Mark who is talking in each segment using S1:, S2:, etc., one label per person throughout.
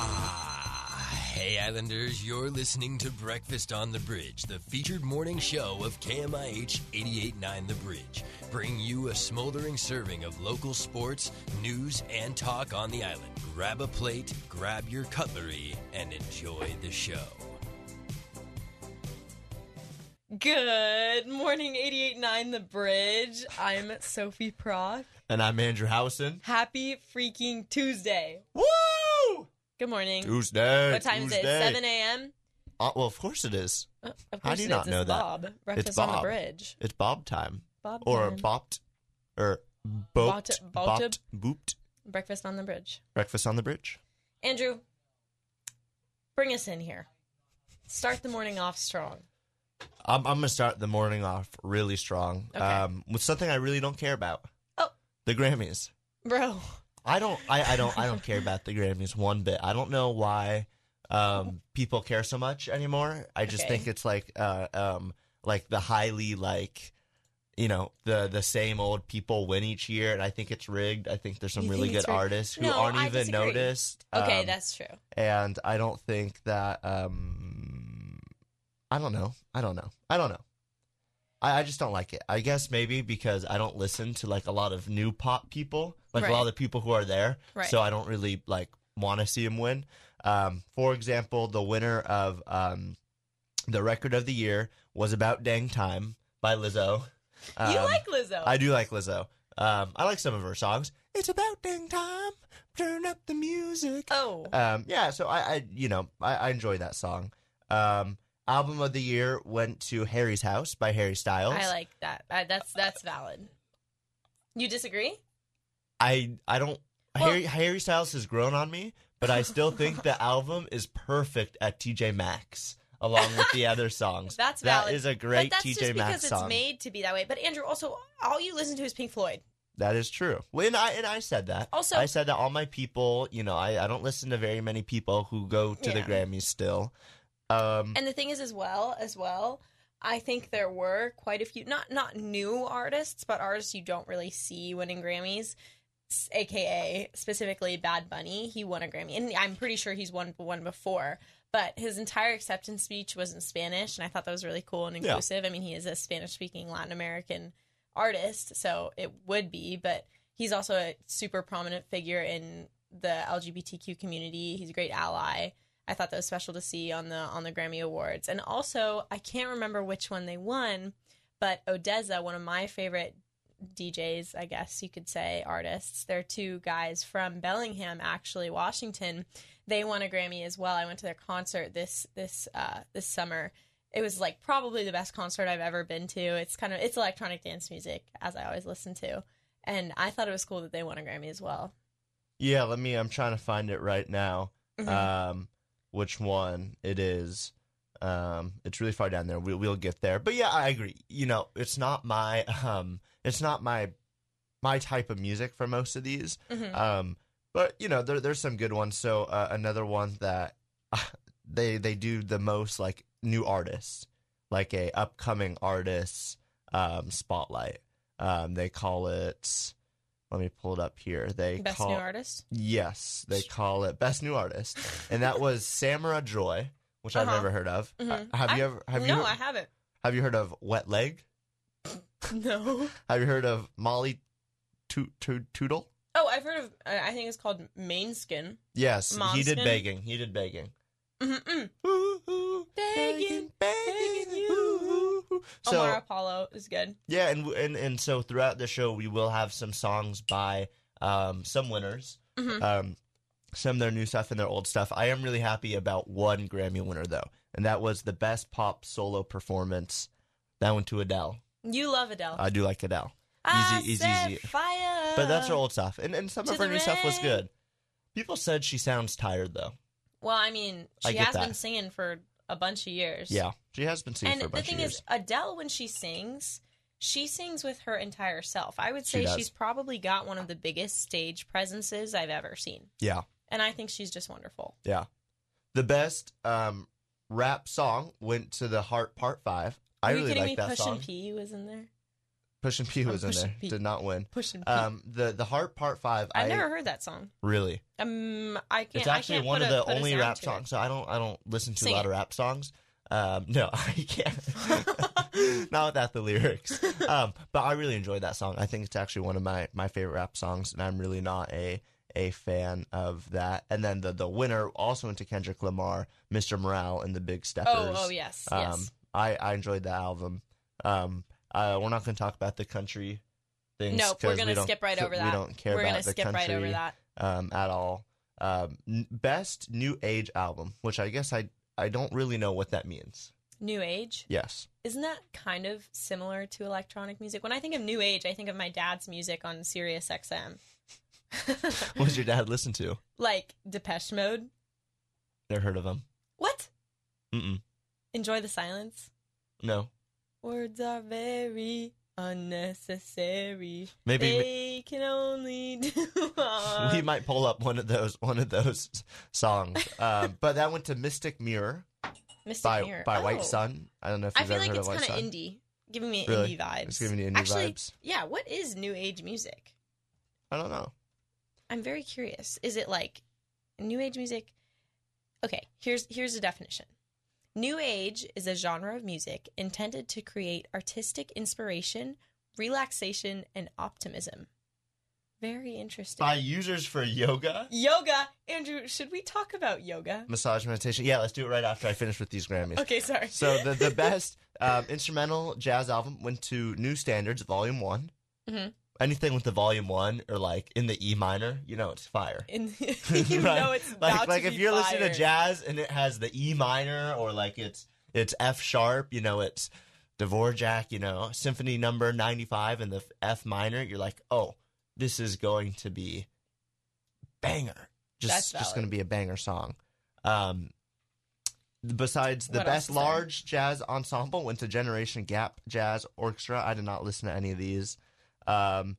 S1: Ah, hey, Islanders, you're listening to Breakfast on the Bridge, the featured morning show of KMIH 889 The Bridge, bringing you a smoldering serving of local sports, news, and talk on the island. Grab a plate, grab your cutlery, and enjoy the show.
S2: Good morning, 889 The Bridge. I'm Sophie Proc.
S3: And I'm Andrew Howison.
S2: Happy freaking Tuesday.
S3: Woo!
S2: Good morning.
S3: Tuesday.
S2: what time is it? 7 a.m.?
S3: Uh, well, of course it is.
S2: Uh, of course
S3: How do you
S2: it
S3: not
S2: is.
S3: know
S2: it's
S3: that?
S2: Bob. Breakfast on the
S3: Bob.
S2: Bridge.
S3: It's bob time.
S2: Bob
S3: Or
S2: time.
S3: bopped. Or bopped.
S2: Bopped- bopped.
S3: Bopped. Booped.
S2: Breakfast on the Bridge.
S3: Breakfast on the bridge.
S2: Andrew, bring us in here. Start the morning off strong.
S3: I'm, I'm going to start the morning off really strong
S2: Okay.
S3: um, with something I really don't care about.
S2: Oh.
S3: The Grammys.
S2: Bro,
S3: I don't. I, I don't. I don't care about the Grammys one bit. I don't know why um, people care so much anymore. I just
S2: Okay.
S3: think it's like, uh, um, like the highly like, you know, the the same old people win each year, and I think it's rigged. I think there's some
S2: You
S3: really
S2: think it's
S3: good
S2: rigged?
S3: artists who
S2: No,
S3: aren't
S2: I
S3: even
S2: disagree.
S3: noticed.
S2: okay,
S3: um,
S2: that's true.
S3: and I don't think that. Um, I don't know. I don't know. I don't know. I, I just don't like it. I guess maybe because I don't listen to like a lot of new pop people, like
S2: Right.
S3: a lot of the people who are there.
S2: Right.
S3: So I don't really like want to see him win. Um, for example, the winner of um, the record of the year was "About Dang Time" by Lizzo. Um,
S2: you like Lizzo.
S3: I do like Lizzo. Um, I like some of her songs. It's about dang time. Turn up the music.
S2: oh,
S3: Um, yeah, so I, I you know, I, I enjoy that song. Um, album of the year went to Harry's House by Harry Styles.
S2: I like that. I, that's that's valid. You disagree?
S3: I, I don't.
S2: Well-
S3: Harry Harry Styles has grown on me, but I still think the album is perfect at TJ Maxx along with the other songs.
S2: That's
S3: That
S2: valid.
S3: is a great
S2: but that's just
S3: TJ
S2: because
S3: Maxx
S2: it's
S3: song.
S2: made to be that way. But Andrew, also, all you listen to is Pink Floyd.
S3: That is true. Well, and I and I said that.
S2: Also-
S3: I said that all my people. You know, I, I don't listen to very many people who go to the
S2: Yeah.
S3: Grammys still. Um,
S2: And the thing is, as well, as well, I think there were quite a few not not new artists, but artists you don't really see winning Grammys. s- AKA specifically Bad Bunny, he won a Grammy, and I'm pretty sure he's won one before. But his entire acceptance speech was in Spanish, and I thought that was really cool and
S3: Yeah.
S2: inclusive. I mean, he is a Spanish-speaking Latin American artist, so it would be. But he's also a super prominent figure in the LGBTQ community. He's a great ally. I thought that was special to see on the on the Grammy Awards. And also, I can't remember which one they won, but Odessa, one of my favorite DJs, I guess you could say, artists. They're two guys from Bellingham, actually, Washington. They won a Grammy as well. I went to their concert this this uh, this summer. It was like probably the best concert I've ever been to. It's kind of it's electronic dance music, as I always listen to, and I thought it was cool that they won a Grammy as well.
S3: yeah, let me. I'm trying to find it right now.
S2: Mm-hmm.
S3: Um, which one it is? Um, it's really far down there. We, we'll get there. But yeah, I agree. You know, it's not my um, it's not my my type of music for most of these.
S2: Mhm.
S3: Um, but you know, there, there's some good ones. So uh, another one that uh, they they do the most like new artists, like a upcoming artists um, spotlight. Um, they call it. Let me pull it up here. They
S2: Best
S3: call
S2: new artist.
S3: yes, they call it best new artist, and that was Samara Joy, which I've
S2: Uh-huh.
S3: never heard of. Uh,
S2: Mhm.
S3: have you
S2: I-
S3: ever
S2: no,
S3: have you
S2: I haven't.
S3: have you heard of Wet Leg?
S2: No.
S3: Have you heard of Molly to- to- Toodle?
S2: Oh, I've heard of. I I think it's called Main Skin.
S3: Yes, he did
S2: Momston?
S3: begging. He did begging.
S2: Mm-mm.
S3: Ooh, ooh,
S2: Begging, begging you.
S3: ooh, ooh. So
S2: Omar Apollo is good.
S3: yeah, and and and so throughout the show, we will have some songs by um, some winners,
S2: Mhm.
S3: um, some of their new stuff and their old stuff. I am really happy about one Grammy winner though, and that was the best pop solo performance. That went to Adele.
S2: You love Adele.
S3: I do like Adele,
S2: I
S3: easy- easy-
S2: set
S3: easy.
S2: Fire.
S3: but that's her old stuff, and and some
S2: To
S3: of her
S2: the
S3: new stuff was
S2: rain.
S3: good. People said she sounds tired though.
S2: Well, I mean,
S3: I
S2: she
S3: get
S2: has been
S3: that.
S2: singing for a bunch of years.
S3: Yeah, she has been singing
S2: And
S3: for a
S2: the
S3: bunch
S2: thing
S3: of years.
S2: is, Adele, when she sings, she sings with her entire self. I would
S3: She
S2: say
S3: does.
S2: she's probably got one of the biggest stage presences I've ever seen.
S3: yeah.
S2: And I think she's just wonderful.
S3: Yeah. The best um, rap song went to the Heart Part Five. I
S2: Are you
S3: really
S2: kidding
S3: like
S2: me?
S3: that
S2: Push
S3: song.
S2: and P was in there.
S3: Push and P
S2: Oh,
S3: was in
S2: Push
S3: there.
S2: and Pee.
S3: Did not win.
S2: Pushing.
S3: Um, the the heart part five.
S2: I've
S3: I
S2: never heard that song.
S3: really.
S2: Um, I can't.
S3: It's
S2: I
S3: actually
S2: can't
S3: one
S2: put
S3: of
S2: a-
S3: the
S2: put a
S3: only
S2: sound
S3: rap
S2: to it.
S3: songs. So I don't I don't listen to
S2: Sing
S3: a lot
S2: it.
S3: of rap songs. Um, no, I can't. Not without the lyrics. Um, but I really enjoyed that song. I think it's actually one of my, my favorite rap songs, and I'm really not a a fan of that. And then the the winner also into Kendrick Lamar, Mr. Morale, and the Big Steppers.
S2: Oh, oh yes,
S3: Um,
S2: yes.
S3: I I enjoyed that album. Um, uh, we're not going to talk about the country things.
S2: Nope, we're
S3: 'cause
S2: gonna
S3: we don't
S2: skip right
S3: ca-
S2: over
S3: We
S2: that.
S3: don't care
S2: We're
S3: about
S2: gonna
S3: the
S2: skip
S3: country
S2: right over that.
S3: um, at all. Um, n- best new age album, which I guess I I don't really know what that means.
S2: New Age
S3: Yes,
S2: isn't that kind of similar to electronic music? When I think of New Age, I think of my dad's music on Sirius XM,
S3: what does your dad listen to?
S2: like Depeche Mode.
S3: Never heard of him.
S2: What?
S3: Mm-mm.
S2: Enjoy the silence.
S3: No,
S2: Words are very unnecessary.
S3: maybe
S2: They can only do
S3: we,
S2: harm.
S3: we might pull up one of those one of those s- songs. um, but that went to Mystic Mirror
S2: Mystic
S3: by
S2: Mirror.
S3: by
S2: Oh.
S3: White Sun. I don't know if
S2: I
S3: you've
S2: feel
S3: ever
S2: like
S3: heard
S2: it's
S3: of White
S2: kind of
S3: Sun.
S2: indie, giving me
S3: Really?
S2: indie vibes.
S3: It's giving you indie
S2: Actually,
S3: vibes.
S2: yeah. What is new age music?
S3: I don't know.
S2: I'm very curious. Is it like new age music? Okay, here's here's a definition. New age is a genre of music intended to create artistic inspiration, relaxation, and optimism. Very interesting.
S3: By users for yoga,
S2: Yoga, Andrew. Should we talk about yoga?
S3: massage meditation. Yeah, let's do it right after I finish with these Grammys.
S2: Okay, sorry.
S3: So the the best um, instrumental jazz album went to New Standards, Volume One.
S2: Mhm.
S3: Anything with the Volume One or like in the E minor, you know it's fire.
S2: In, you
S3: Right?
S2: know it's
S3: Like
S2: about
S3: like
S2: to
S3: if
S2: be
S3: you're listening
S2: fire.
S3: to jazz and it has the E minor or like it's it's F sharp, you know it's Dvorak, you know Symphony Number Ninety Five in the F minor, you're like, oh, this is going to be banger.
S2: That's
S3: Just just
S2: valid.
S3: going to be a banger song. Um, Besides the
S2: What else
S3: best
S2: is there?
S3: large jazz ensemble went to Generation Gap Jazz Orchestra. I did not listen to any of these, um,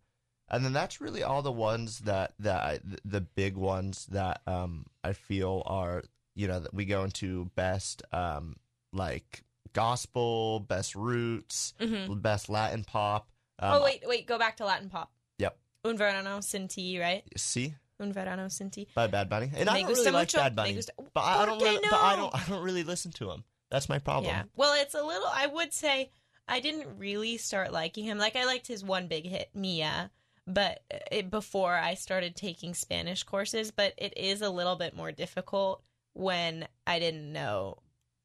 S3: and then that's really all the ones that that I, the big ones that um, I feel are you know that we go into best um, like gospel, best roots,
S2: Mhm.
S3: best Latin pop. Um,
S2: oh wait, wait. Go back to Latin pop.
S3: Yep.
S2: Un verano sin ti, right?
S3: see
S2: Un verano sin ti.
S3: by Bad Bunny, and I
S2: Me
S3: don't
S2: gusta
S3: really like
S2: mucho,
S3: Bad
S2: me
S3: Bunny,
S2: gusta-
S3: but I, I don't.
S2: ¿Por qué
S3: Really, But I
S2: no?
S3: don't. I don't really listen to him. That's my problem.
S2: Yeah. Well, it's a little. I would say I didn't really start liking him. Like I liked his one big hit, Mia, but it, before I started taking Spanish courses. But it is a little bit more difficult when I didn't know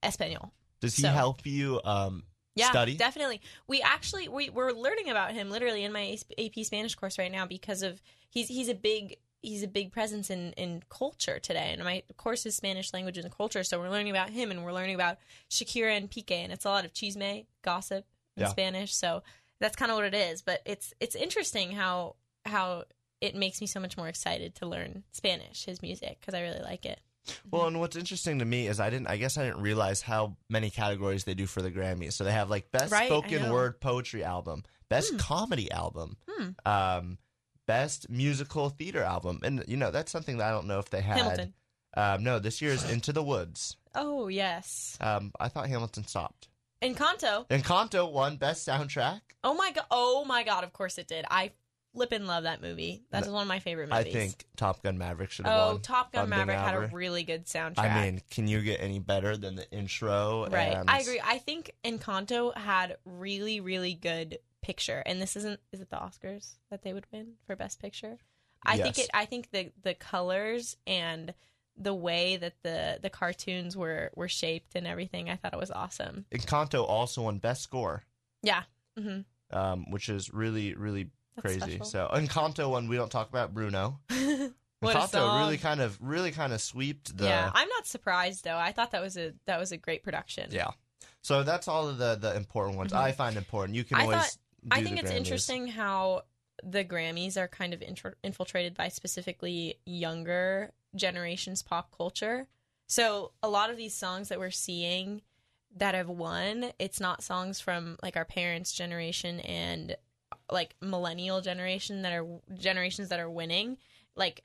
S2: Espanol.
S3: Does he
S2: So-
S3: help you? Um,
S2: Yeah,
S3: Study?
S2: definitely. We actually we we're learning about him literally in my AP Spanish course right now because of he's he's a big he's a big presence in in culture today. And my course is Spanish language and culture, so we're learning about him and we're learning about Shakira and Pique, and it's a lot of chisme gossip in
S3: Yeah.
S2: Spanish. So that's kind of what it is. But it's it's interesting how how it makes me so much more excited to learn Spanish his music because I really like it.
S3: Well, and what's interesting to me is I didn't. I guess I didn't realize how many categories they do for the Grammys. So they have like best
S2: Right, I
S3: spoken
S2: know.
S3: word poetry album, best
S2: Hmm.
S3: comedy album,
S2: Hmm.
S3: um, best musical theater album, and you know that's something that I don't know if they had.
S2: Hamilton.
S3: Um, no, this year's Into the Woods.
S2: Oh yes,
S3: Um, I thought Hamilton stopped.
S2: Encanto.
S3: Encanto won best soundtrack.
S2: Oh my god! Oh my god! Of course it did. I flippin' love that movie. That is one of my favorite
S3: I
S2: movies.
S3: think Top Gun Maverick should have
S2: Oh,
S3: won.
S2: Top
S3: if
S2: Gun
S3: I'm being
S2: Maverick had a
S3: honest.
S2: really good soundtrack.
S3: I mean, can you get any better than the intro?
S2: right?
S3: and-
S2: I agree. I think Encanto had really, really good picture. And this isn't—is it the Oscars that they would win for Best Picture? I think
S3: Yes.
S2: it. I think the the colors and the way that the the cartoons were were shaped and everything. I thought it was awesome.
S3: Encanto also won best score.
S2: Yeah. hmm
S3: um, which is really, really
S2: That's
S3: crazy.
S2: special.
S3: So Encanto one we don't talk about Bruno.
S2: What a
S3: Encanto
S2: song.
S3: really kind of really kind of sweeped the
S2: yeah. I'm not surprised though. I thought that was a that was a great production.
S3: Yeah. So that's all of the the important ones
S2: Mhm.
S3: I find important. You can
S2: I
S3: always
S2: thought- I
S3: do
S2: think
S3: the
S2: it's
S3: Grammys.
S2: interesting how the Grammys are kind of intro infiltrated by specifically younger generations pop culture. So a lot of these songs that we're seeing that have won, it's not songs from like our parents' generation and like millennial generation that are generations that are winning. Like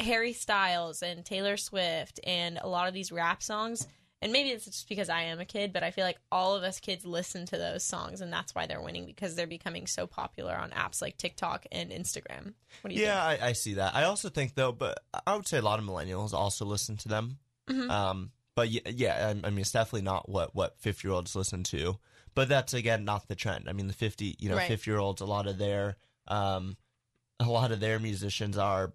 S2: Harry Styles and Taylor Swift and a lot of these rap songs and maybe it's just because I am a kid, but I feel like all of us kids listen to those songs, and that's why they're winning because they're becoming so popular on apps like TikTok and Instagram. What do you
S3: Yeah, I, I see that. I also think though, but I would say a lot of millennials also listen to them.
S2: think? Mhm.
S3: Um, but yeah, yeah, I, I mean, it's definitely not what what fifty year olds listen to. But that's again not the trend. I mean, the fifty you know
S2: Right.
S3: fifty year olds a lot of their um, a lot of their musicians are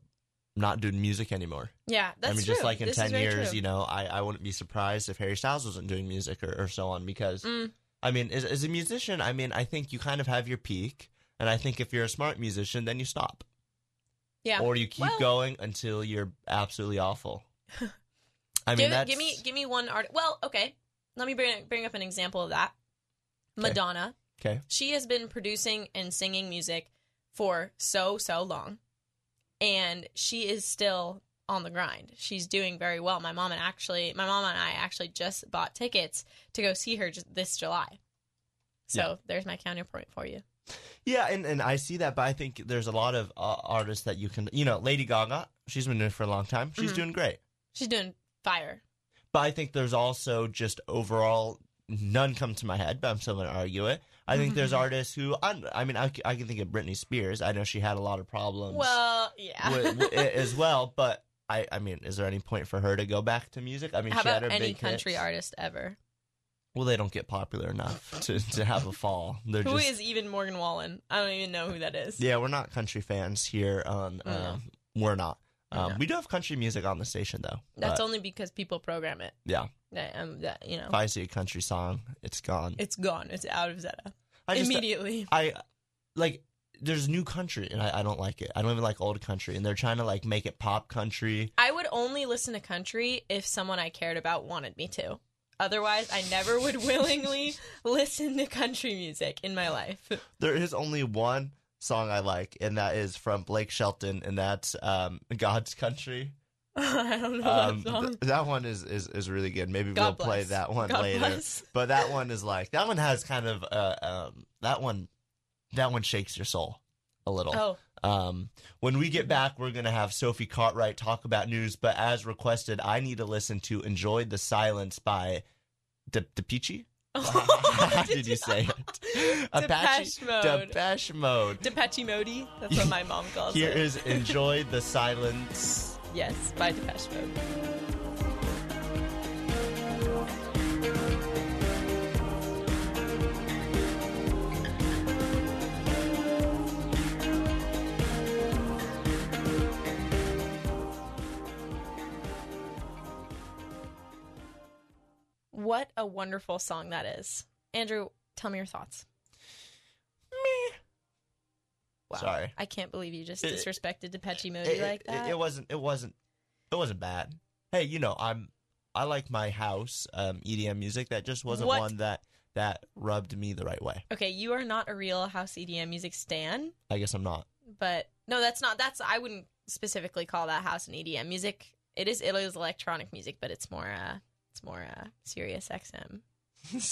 S3: not doing music anymore.
S2: yeah, that's
S3: I mean,
S2: true.
S3: just like in
S2: This is
S3: ten
S2: very
S3: years,
S2: true.
S3: you know, I, I wouldn't be surprised if Harry Styles wasn't doing music or, or so on because
S2: Mm.
S3: I mean, as, as a musician, I mean, I think you kind of have your peak, and I think if you're a smart musician, then you stop
S2: yeah.
S3: or you keep
S2: Well-
S3: going until you're absolutely awful. I mean,
S2: give,
S3: that's
S2: give me give me one art. Well, okay, let me bring bring up an example of that. Madonna.
S3: okay.
S2: She has been producing and singing music for so so long, and she is still on the grind. She's doing very well. My mom and actually, my mom and I actually just bought tickets to go see her just this July. So there's my counterpoint for you.
S3: Yeah, and, and I see that, but I think there's a lot of uh, artists that you can, you know, Lady Gaga, she's been doing it for a long time. She's
S2: Mhm.
S3: doing great.
S2: She's doing fire.
S3: But I think there's also just overall, none come to my head, but I'm still going to argue it. I think there's
S2: Mhm.
S3: artists who, I, I mean, I, c- I can think of Britney Spears. I know she had a lot of problems
S2: Well, yeah.
S3: wi- wi- as well, but I, I mean, is there any point for her to go back to music? I mean,
S2: How
S3: she had
S2: about
S3: her
S2: any
S3: big
S2: country
S3: hits.
S2: artist ever?
S3: Well, they don't get popular enough to, to have a fall. They're
S2: Who
S3: just,
S2: is even Morgan Wallen? I don't even know who that is.
S3: Yeah, we're not country fans here. On
S2: Oh, No.
S3: um, we're not. Um,
S2: No.
S3: We do have country music on the station though.
S2: That's
S3: but
S2: only because people program it.
S3: Yeah.
S2: That, um, that you know,
S3: If I see a country song, it's gone.
S2: it's gone. It's out of Zeta
S3: I just uh,
S2: immediately.
S3: I like there's new country and I, I don't like it. I don't even like old country, and they're trying to like make it pop country.
S2: I would only listen to country if someone I cared about wanted me to. Otherwise, I never would willingly listen to country music in my life.
S3: There is only one song I like, and that is from Blake Shelton, and that's um, God's Country.
S2: I don't know
S3: Um,
S2: that song.
S3: th- that one is, is is really good. Maybe
S2: God
S3: we'll
S2: bless.
S3: play that one
S2: God
S3: later.
S2: bless.
S3: But that one is like that one has kind of uh, um, that one that one shakes your soul a little.
S2: Oh,
S3: Um, when we get back, we're gonna have Sophie Cartwright talk about news. But as requested, I need to listen to "Enjoy the Silence" by De- Depeche. How did you say it?
S2: Depeche Mode.
S3: Depeche Mode.
S2: Depeche Mode. That's what my mom calls
S3: Here
S2: it.
S3: is "Enjoy the Silence."
S2: yes, by Depeche Mode. What a wonderful song that is. Andrew, tell me your thoughts. Wow.
S3: Sorry.
S2: I can't believe you just
S3: It-
S2: disrespected Depeche Mode
S3: It,
S2: like
S3: it-
S2: that.
S3: it wasn't. It wasn't. It wasn't bad. Hey, you know I'm. I like my house um, EDM music. That just wasn't
S2: What?
S3: one that that rubbed me the right way.
S2: Okay, you are not a real house EDM music stan,
S3: I guess I'm not.
S2: but no, that's not. That's I wouldn't specifically call that house and EDM music. It is it is electronic music, but it's more uh it's more uh Sirius XM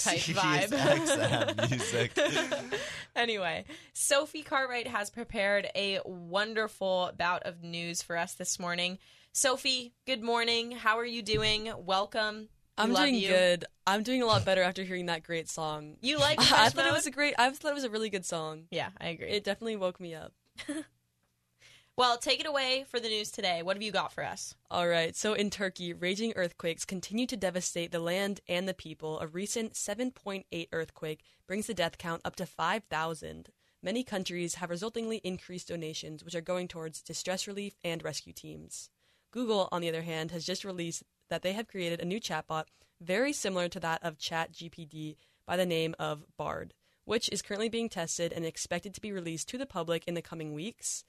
S2: type vibe.
S3: XM music.
S2: anyway, Sophie Cartwright has prepared a wonderful bout of news for us this morning. Sophie, good morning. How are you doing? Welcome.
S4: I'm
S2: Love
S4: doing
S2: you.
S4: good. I'm doing a lot better after hearing that great song.
S2: You like
S4: I
S2: Depeche
S4: thought it
S2: Mode?
S4: was a great. I thought it was a really good song.
S2: Yeah, I agree.
S4: It definitely woke me up.
S2: well, take it away for the news today. What have you got for us?
S4: All right. So in Turkey, raging earthquakes continue to devastate the land and the people. A recent 7.8 earthquake brings the death count up to 5,000. Many countries have resultingly increased donations, which are going towards distress relief and rescue teams. Google, on the other hand, has just released that they have created a new chatbot very similar to that of ChatGPD by the name of Bard, which is currently being tested and expected to be released to the public in the coming weeks.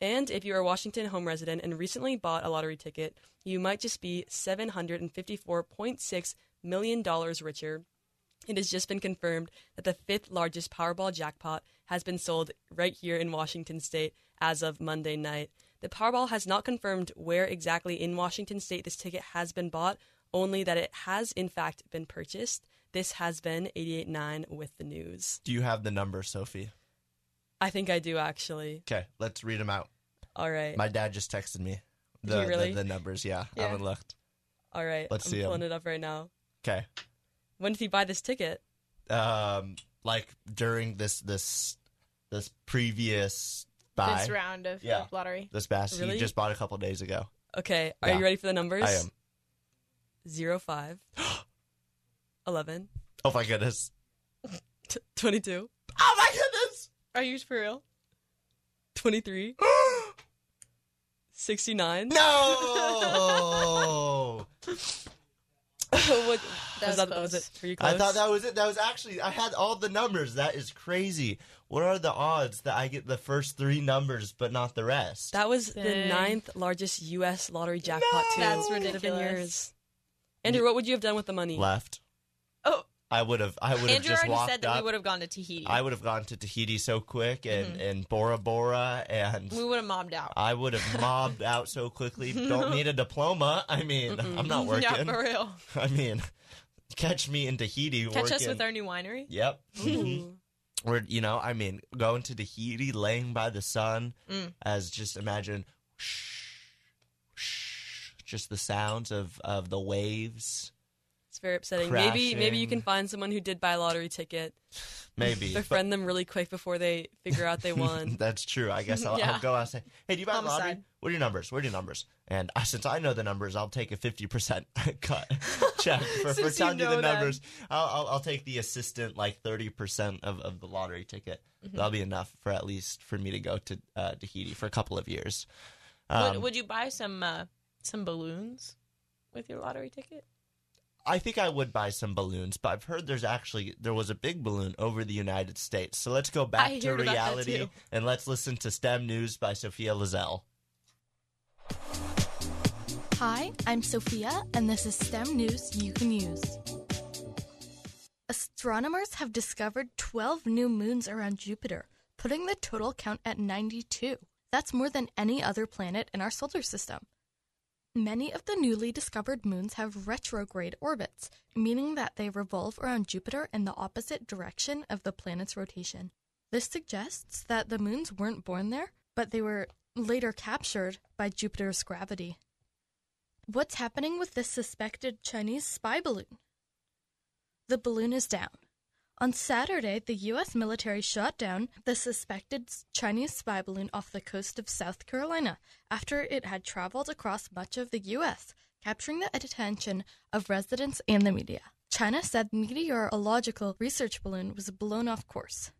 S4: And if you're a Washington home resident and recently bought a lottery ticket, you might just be $754.6 million richer. It has just been confirmed that the fifth largest Powerball jackpot has been sold right here in Washington state as of Monday night. The Powerball has not confirmed where exactly in Washington state this ticket has been bought, only that it has in fact been purchased. This has been 889 with the news.
S3: Do you have the number, Sophie?
S4: I think I do actually.
S3: Okay, let's read them out.
S4: All right.
S3: My dad just texted me.
S4: Did
S3: The,
S4: he really?
S3: the, the numbers, yeah. I
S4: Yeah.
S3: haven't looked.
S4: All right.
S3: Let's
S4: I'm
S3: see um, 'em.
S4: pulling it up right now.
S3: Okay.
S4: When did he buy this ticket?
S3: Um, like during this this this previous buy
S2: This round of
S3: Yeah.
S2: lottery.
S3: this bass
S4: Really?
S3: he just bought a couple days ago.
S4: Okay, are
S3: Yeah.
S4: you ready for the numbers?
S3: I am.
S4: Zero five. Eleven.
S3: Oh my goodness.
S4: T- Twenty-two.
S3: Oh my goodness.
S2: Are you for real?
S4: Twenty-three. Sixty-nine.
S3: No.
S4: what,
S2: That
S4: was,
S2: was
S4: that, was it
S2: close.
S4: for you? Close?
S3: I thought that was it. That was actually I had all the numbers. That is crazy. What are the odds that I get the first three numbers but not the rest?
S4: That was the
S2: Dang.
S4: ninth largest U.S. lottery jackpot.
S3: No.
S4: too.
S2: That's
S4: Could have been
S2: ridiculous.
S4: yours. Andrew, what would you have done with the money?
S3: left.
S2: Oh,
S3: I would have. I would have
S2: Andrew
S3: just
S2: already
S3: walked
S2: said that
S3: up.
S2: we would have gone to Tahiti.
S3: I would have gone to Tahiti so quick and,
S4: Mm-hmm.
S3: and Bora Bora and
S2: we would have mommed out.
S3: I would have mobbed out so quickly. Don't need a diploma. I mean, I'm not
S2: Yeah,
S3: working.
S2: for real.
S3: I mean, catch me in Tahiti
S2: Catch
S3: working.
S2: us with our new winery.
S3: Yep. Mhm.
S4: Ooh.
S3: We're you know, I mean, going to Tahiti, laying by the sun,
S2: Mm.
S3: as just imagine, shh, shh, just the sounds of of the waves.
S4: It's very upsetting. Maybe maybe you can find someone who did buy a lottery ticket.
S3: Maybe
S4: Befriend them really quick before they figure out they won.
S3: That's true. I guess I'll,
S2: Yeah.
S3: I'll go out and say, "Hey, do you buy the lottery?
S2: Homicide.
S3: What are your numbers? What are your numbers?" And I, since I know the numbers, I'll take a fifty percent cut check for, for
S2: Since you
S3: telling you the
S2: know them.
S3: numbers. I'll, I'll I'll take the assistant like thirty percent of, of the lottery ticket.
S2: Mm-hmm.
S3: That'll be enough for at least for me to go to uh, Tahiti for a couple of years. Um,
S2: would, would you buy some uh, some balloons with your lottery ticket?
S3: I think I would buy some balloons, but I've heard there's actually there was a big balloon over the United States. So let's go back to
S2: heard about that
S3: reality
S2: too.
S3: and let's listen to STEM news by Sophia Lozelle.
S5: Hi, I'm Sophia, and this is STEM news you can use. Astronomers have discovered 12 new moons around Jupiter, putting the total count at 92. That's more than any other planet in our solar system. Many of the newly discovered moons have retrograde orbits, meaning that they revolve around Jupiter in the opposite direction of the planet's rotation. This suggests that the moons weren't born there, but they were later captured by Jupiter's gravity. What's happening with this suspected Chinese spy balloon? The balloon is down. On Saturday, the U.S. military shot down the suspected s- Chinese spy balloon off the coast of South Carolina after it had traveled across much of the U.S., capturing the attention of residents and the media. China said the meteorological research balloon was blown off course.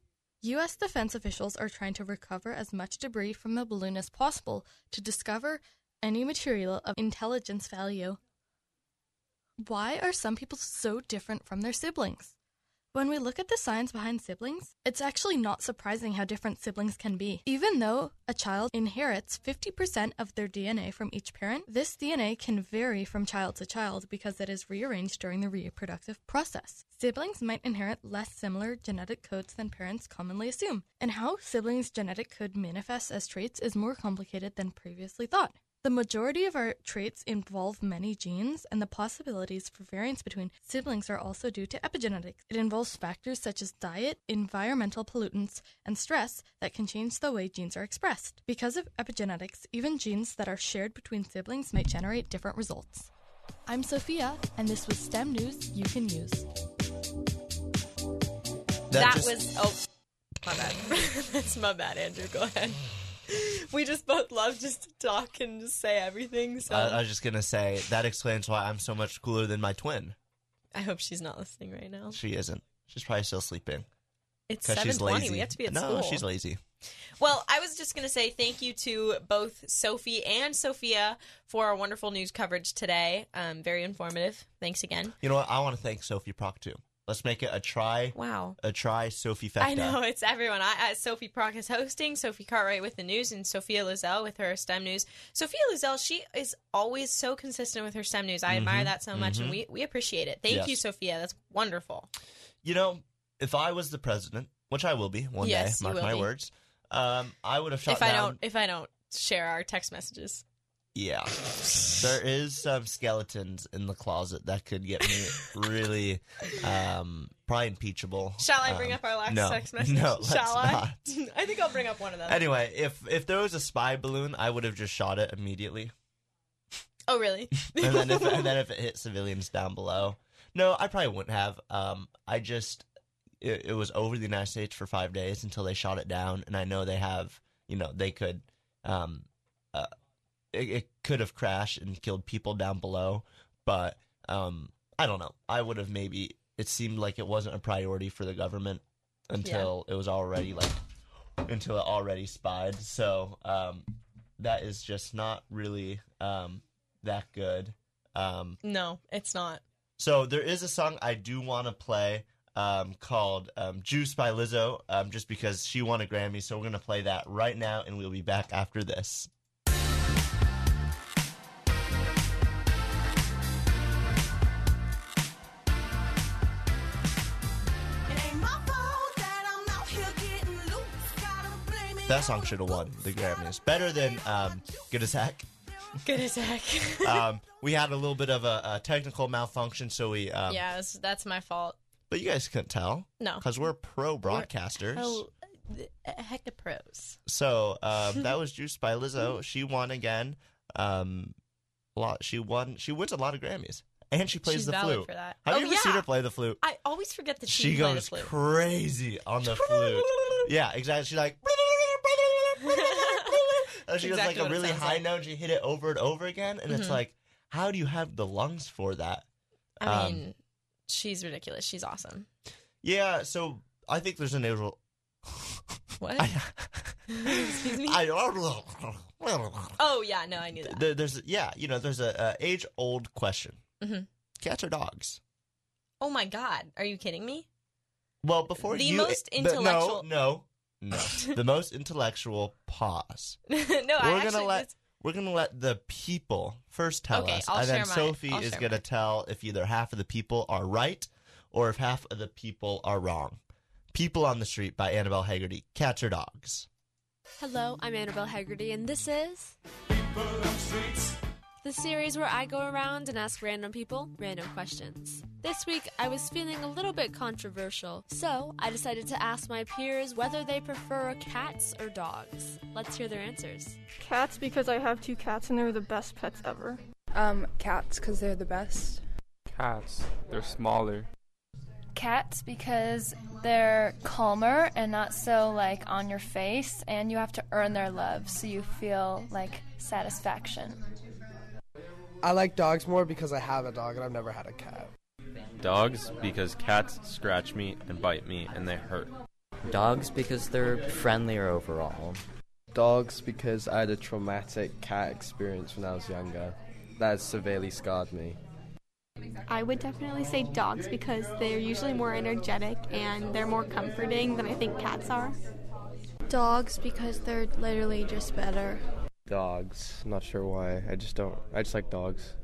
S5: U.S. defense officials are trying to recover as much debris from the balloon as possible to discover any material of intelligence value. Why are some people so different from their siblings? When we look at the science behind siblings, it's actually not surprising how different siblings can be. Even though a child inherits 50% of their DNA from each parent, this DNA can vary from child to child because it is rearranged during the reproductive process. Siblings might inherit less similar genetic codes than parents commonly assume, and how siblings' genetic code manifests as traits is more complicated than previously thought. The majority of our traits involve many genes, and the possibilities for variance between siblings are also due to epigenetics. It involves factors such as diet, environmental pollutants, and stress that can change the way genes are expressed. Because of epigenetics, even genes that are shared between siblings might generate different results. I'm Sophia, and this was STEM news you can use.
S2: That,
S3: just-
S2: was oh my bad. That's my bad, Andrew. Go ahead. We just both love just to talk and just say everything. So
S3: I, I
S2: I,
S3: was just gonna say that explains why I'm so much cooler than my twin.
S2: hope she's not listening right now.
S3: She isn't. She's probably still sleeping
S2: It's
S3: because
S2: seven
S3: she's
S2: twenty.
S3: lazy.
S2: We have to be at
S3: no,
S2: school.
S3: she's lazy.
S2: Well, I was just going to say thank you to both Sophie and Sophia for our wonderful news coverage today. Um, very informative. Thanks again.
S3: You know what? I want to thank Sophie Proc too. Let's make it a try,
S2: Wow.
S3: a try Sophie factor.
S2: I know it's everyone. I, I Sophie Prock is hosting, Sophie Cartwright with the news, and Sophia Lizelle with her STEM news. Sophia Lizelle, she is always so consistent with her STEM news. I admire that so much, and we we appreciate it. Thank
S3: Mm-hmm. Yes.
S2: you, Sophia. That's wonderful.
S3: You know, if I was the president, which I will be one
S2: Yes,
S3: day,
S2: you
S3: mark
S2: will
S3: my
S2: be.
S3: words, um, I would have shot
S2: if
S3: down.
S2: I don't, if I don't share our text messages,
S3: Yeah, there is some skeletons in the closet that could get me really, um, probably impeachable.
S2: shall I bring
S3: Um,
S2: up our last
S3: no,
S2: text message?
S3: No, let's
S2: shall I?
S3: not.
S2: I think I'll bring up one of them.
S3: Anyway, if if there was a spy balloon, I would have just shot it immediately,
S2: oh, really?
S3: and then if, and then if it hit civilians down below. No, I probably wouldn't have. Um, I just it, it was over the United States for five days until they shot it down, and I know they have. You know, they could. Um, uh, it, it could have crashed and killed people down below, but um, I don't know. I would have maybe. It seemed like it wasn't a priority for the government until it was already like until it already spied. So um, that is just not really um, that good. Um,
S2: No, it's not.
S3: so there is a song I do want to play um, called um, "Juice" by Lizzo, um, just because she won a Grammy. So we're gonna play that right now, and we'll be back after this. That song should have won the Grammys. Better than um, "Good as Heck."
S2: Good as heck.
S3: Um, we had a little bit of a, a technical malfunction, so we. Um,
S2: yeah, it was, that's my fault.
S3: But you guys couldn't tell
S2: No.
S3: because we're pro broadcasters.
S2: Oh, uh, heck of pros.
S3: So um, that was Juice by Lizzo. She won again. Um, a lot. She won. She wins a lot of Grammys, and she plays
S2: She's
S3: the
S2: valid
S3: flute.
S2: for that.
S3: Have
S2: oh,
S3: you ever
S2: yeah.
S3: seen her play the flute?
S2: I always forget that she,
S3: She
S2: can
S3: goes
S2: play the flute.
S3: crazy on the flute. Yeah, exactly. She's like. and Oh, she does
S2: Exactly what
S3: like a
S2: it
S3: really
S2: sounds
S3: high
S2: like.
S3: note. She hit it over and over again, and it's
S2: Mhm.
S3: like, how do you have the lungs for that?
S2: I
S3: Um,
S2: mean, she's ridiculous. She's awesome.
S3: Yeah. So I think there's an natural.
S2: What?
S3: I,
S2: Excuse me?
S3: I,
S2: oh, yeah, no, I knew that.
S3: There, there's yeah, you know, there's a, a age old question:
S2: Mhm.
S3: cats or dogs?
S2: oh my God. Are you kidding me?
S3: Well, before
S2: The
S3: you,
S2: most
S3: but no,
S2: intellectual-
S3: no, no, the most intellectual pause.
S2: no,
S3: We're
S2: I
S3: gonna
S2: actually.
S3: let-
S2: this-
S3: We're gonna let the people first tell
S2: Okay,
S3: us,
S2: I'll
S3: and then
S2: share my-
S3: Sophie
S2: I'll
S3: is
S2: share
S3: gonna
S2: mine.
S3: tell if either half of the people are right or if half of the people are wrong. People on the Street by Annabelle Haggerty. Cats or dogs?
S6: Hello, I'm Annabelle Haggerty, and this is. The series where I go around and ask random people random questions. This week, I was feeling a little bit controversial, so I decided to ask my peers whether they prefer cats or dogs. Let's hear their answers.
S7: Cats because I have two cats and they're the best pets ever.
S8: Um, cats, because they're the best.
S9: Cats, they're smaller.
S10: Cats because they're calmer and not so like on your face, and you have to earn their love so you feel like satisfaction.
S11: I like dogs more because I have a dog and I've never had a cat.
S9: Dogs, because cats scratch me and bite me and they hurt.
S12: Dogs because they're friendlier overall.
S8: Dogs, because I had a traumatic cat experience when I was younger. That has severely scarred me.
S7: I would definitely say dogs because they're usually more energetic and they're more comforting than I think cats are.
S10: Dogs because they're literally just better.
S8: Dogs, not sure why. I just don't. I just like dogs.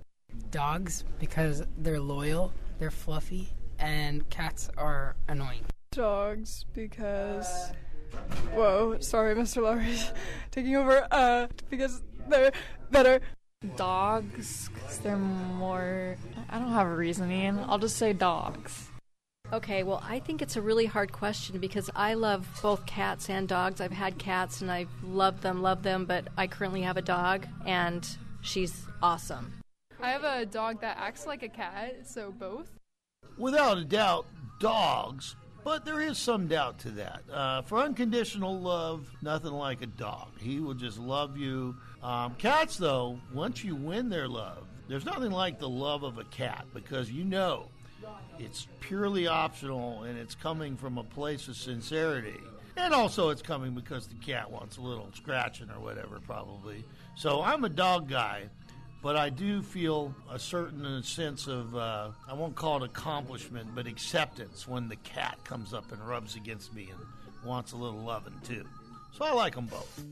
S11: Dogs, because they're loyal, they're fluffy, and cats are annoying.
S7: Dogs because. Whoa, sorry, Mr. Lowry's taking over. Uh, because they're better.
S10: Dogs because they're more. I don't have a reasoning. I'll just say dogs.
S6: Okay, well, I think it's a really hard question because I love both cats and dogs. I've had cats and I love them, love them, but I currently have a dog and she's awesome.
S7: I have a dog that acts like a cat, so both.
S11: Without a doubt, dogs, but there is some doubt to that. Uh, for unconditional love, nothing like a dog. He will just love you. Um, cats, though, once you win their love, there's nothing like the love of a cat because you know it's purely optional and it's coming from a place of sincerity. And also, it's coming because the cat wants a little scratching or whatever, probably. So, I'm a dog guy, but I do feel a certain sense of, uh, I won't call it accomplishment, but acceptance when the cat comes up and rubs against me and wants a little loving, too. So, I like them both.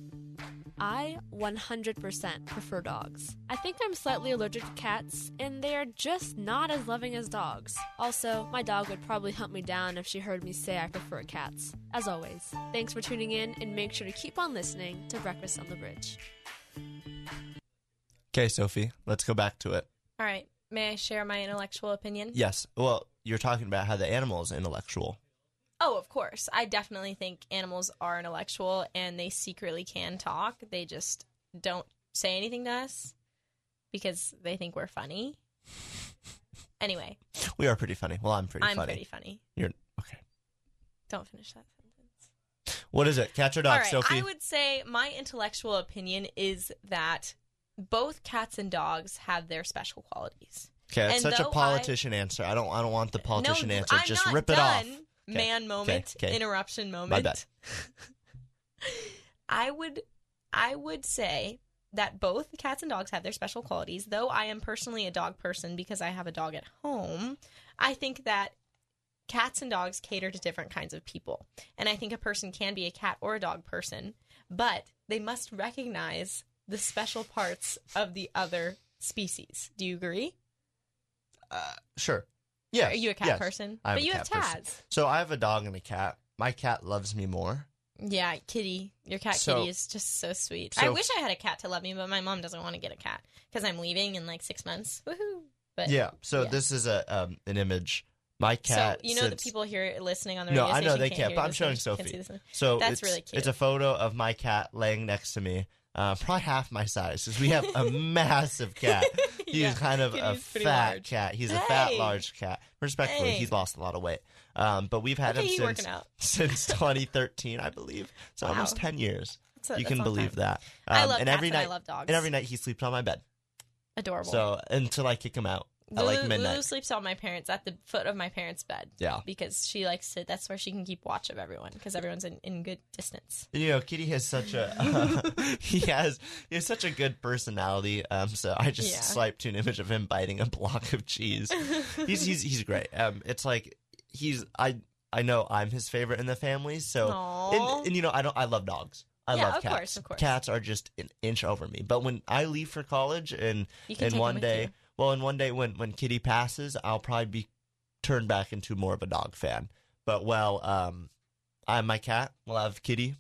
S6: I 100% prefer dogs. I think I'm slightly allergic to cats, and they are just not as loving as dogs. Also, my dog would probably hunt me down if she heard me say I prefer cats. As always, thanks for tuning in, and make sure to keep on listening to Breakfast on the Bridge.
S3: Okay, Sophie, let's go back to it.
S2: All right. May I share my intellectual opinion?
S3: Yes. Well, you're talking about how the animal is intellectual.
S2: Oh, of course. I definitely think animals are intellectual and they secretly can talk. They just don't say anything to us because they think we're funny. Anyway,
S3: We are pretty funny. Well, I'm pretty
S2: I'm
S3: funny.
S2: pretty funny.
S3: You're
S2: Don't finish that.
S3: what is it? Catch or dog,
S2: All right,
S3: Sophie?
S2: I would say my intellectual opinion is that both cats and dogs have their special qualities.
S3: okay, that's
S2: And
S3: such a
S2: though I-
S3: politician answer. I don't. I don't want the politician
S2: no,
S3: answer.
S2: I'm
S3: Just
S2: not
S3: rip it off.
S2: done.
S3: Okay,
S2: Man
S3: okay,
S2: moment,
S3: okay.
S2: interruption moment.
S3: My bad.
S2: I would I would say that both cats and dogs have their special qualities. Though I am personally a dog person because I have a dog at home, I think that cats and dogs cater to different kinds of people. And I think a person can be a cat or a dog person, but they must recognize the special parts of the other species. Do you agree?
S3: Sure. Yeah.
S2: Are you a cat
S3: yes.
S2: person?
S3: I am
S2: But
S3: a
S2: you have
S3: cat person.
S2: tats.
S3: So I have a dog and a cat. My cat loves me more.
S2: Yeah, kitty. Your cat
S3: So-
S2: kitty is just so sweet. I
S3: so-
S2: wish I had a cat to love me, but my mom doesn't want to get a cat because I'm leaving in like six months. Woohoo! But
S3: yeah. So this is a um, an image. My
S2: So
S3: cat.
S2: you know the
S3: sits-
S2: people here listening on the
S3: No,
S2: radio
S3: I know
S2: station
S3: they
S2: can't
S3: can't.
S2: hear
S3: But I'm
S2: this
S3: showing
S2: one, can't see
S3: Sophie.
S2: this one.
S3: So
S2: that's
S3: it's,
S2: really cute.
S3: It's a photo of my cat laying next to me. Uh, probably half my size because we have a massive cat. He's kind of a
S2: Kitty's pretty
S3: fat
S2: large.
S3: cat. He's a fat,
S2: Hey.
S3: large cat. Respectfully,
S2: Hey.
S3: he's lost a lot of weight. Um, but we've had
S2: Look at you
S3: him
S2: working
S3: since
S2: out.
S3: since 2013, I believe. So
S2: Wow.
S3: almost 10 years.
S2: That's a-
S3: you
S2: that's
S3: can
S2: a long time.
S3: believe that. Um,
S2: I love
S3: and
S2: cats
S3: every
S2: and I
S3: night,
S2: love dogs.
S3: And every night he sleeps on my bed.
S2: adorable.
S3: So until I kick him out at like
S2: Lulu,
S3: midnight.
S2: Lulu sleeps on my parents at the foot of my parents' bed.
S3: Yeah.
S2: because she likes to. That's where she can keep watch of everyone because everyone's in, in good distance.
S3: You know, Kitty has such a he has he has such a good personality. Um, so I just
S2: Yeah.
S3: swiped to an image of him biting a block of cheese. he's he's he's great. Um, it's like he's I I know I'm his favorite in the family. So
S2: Aw.
S3: and, and you know I don't I love dogs. I
S2: Yeah,
S3: love
S2: of
S3: cats.
S2: course, of course.
S3: Cats are just an inch over me. But when I leave for college and
S2: You can take
S3: and
S2: 'em
S3: one
S2: with
S3: day,
S2: you.
S3: well, and one day when when Kitty passes, I'll probably be turned back into more of a dog fan. But well, um, I'm my cat. We'll have Kitty.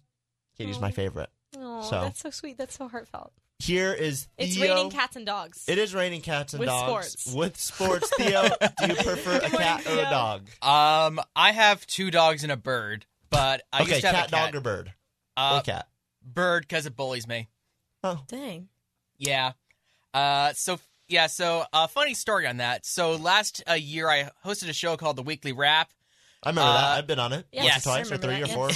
S3: Kitty's my
S2: Aw.
S3: favorite.
S2: Oh,
S3: so
S2: that's so sweet. That's so heartfelt.
S3: here is
S2: It's
S3: Theo.
S2: raining cats and dogs.
S3: It is raining cats and
S2: With
S3: dogs
S2: sports.
S3: with sports. Theo, Uh, do you prefer a cat or a dog?
S13: Um, I have two dogs and a bird, but I
S3: okay,
S13: used to have
S3: cat,
S13: a
S3: dog, or bird?
S13: Uh,
S3: or cat?
S13: Bird, because it bullies me.
S3: Oh,
S2: dang.
S13: Yeah. Uh, so yeah, so uh, funny story on that. So last uh, year, I hosted a show called The Weekly Wrap.
S3: I remember
S13: Uh,
S3: that. I've been on it
S13: Yes,
S3: once or
S13: I
S3: twice, or
S13: remember
S3: three,
S13: that,
S3: or
S13: yeah.
S3: four, or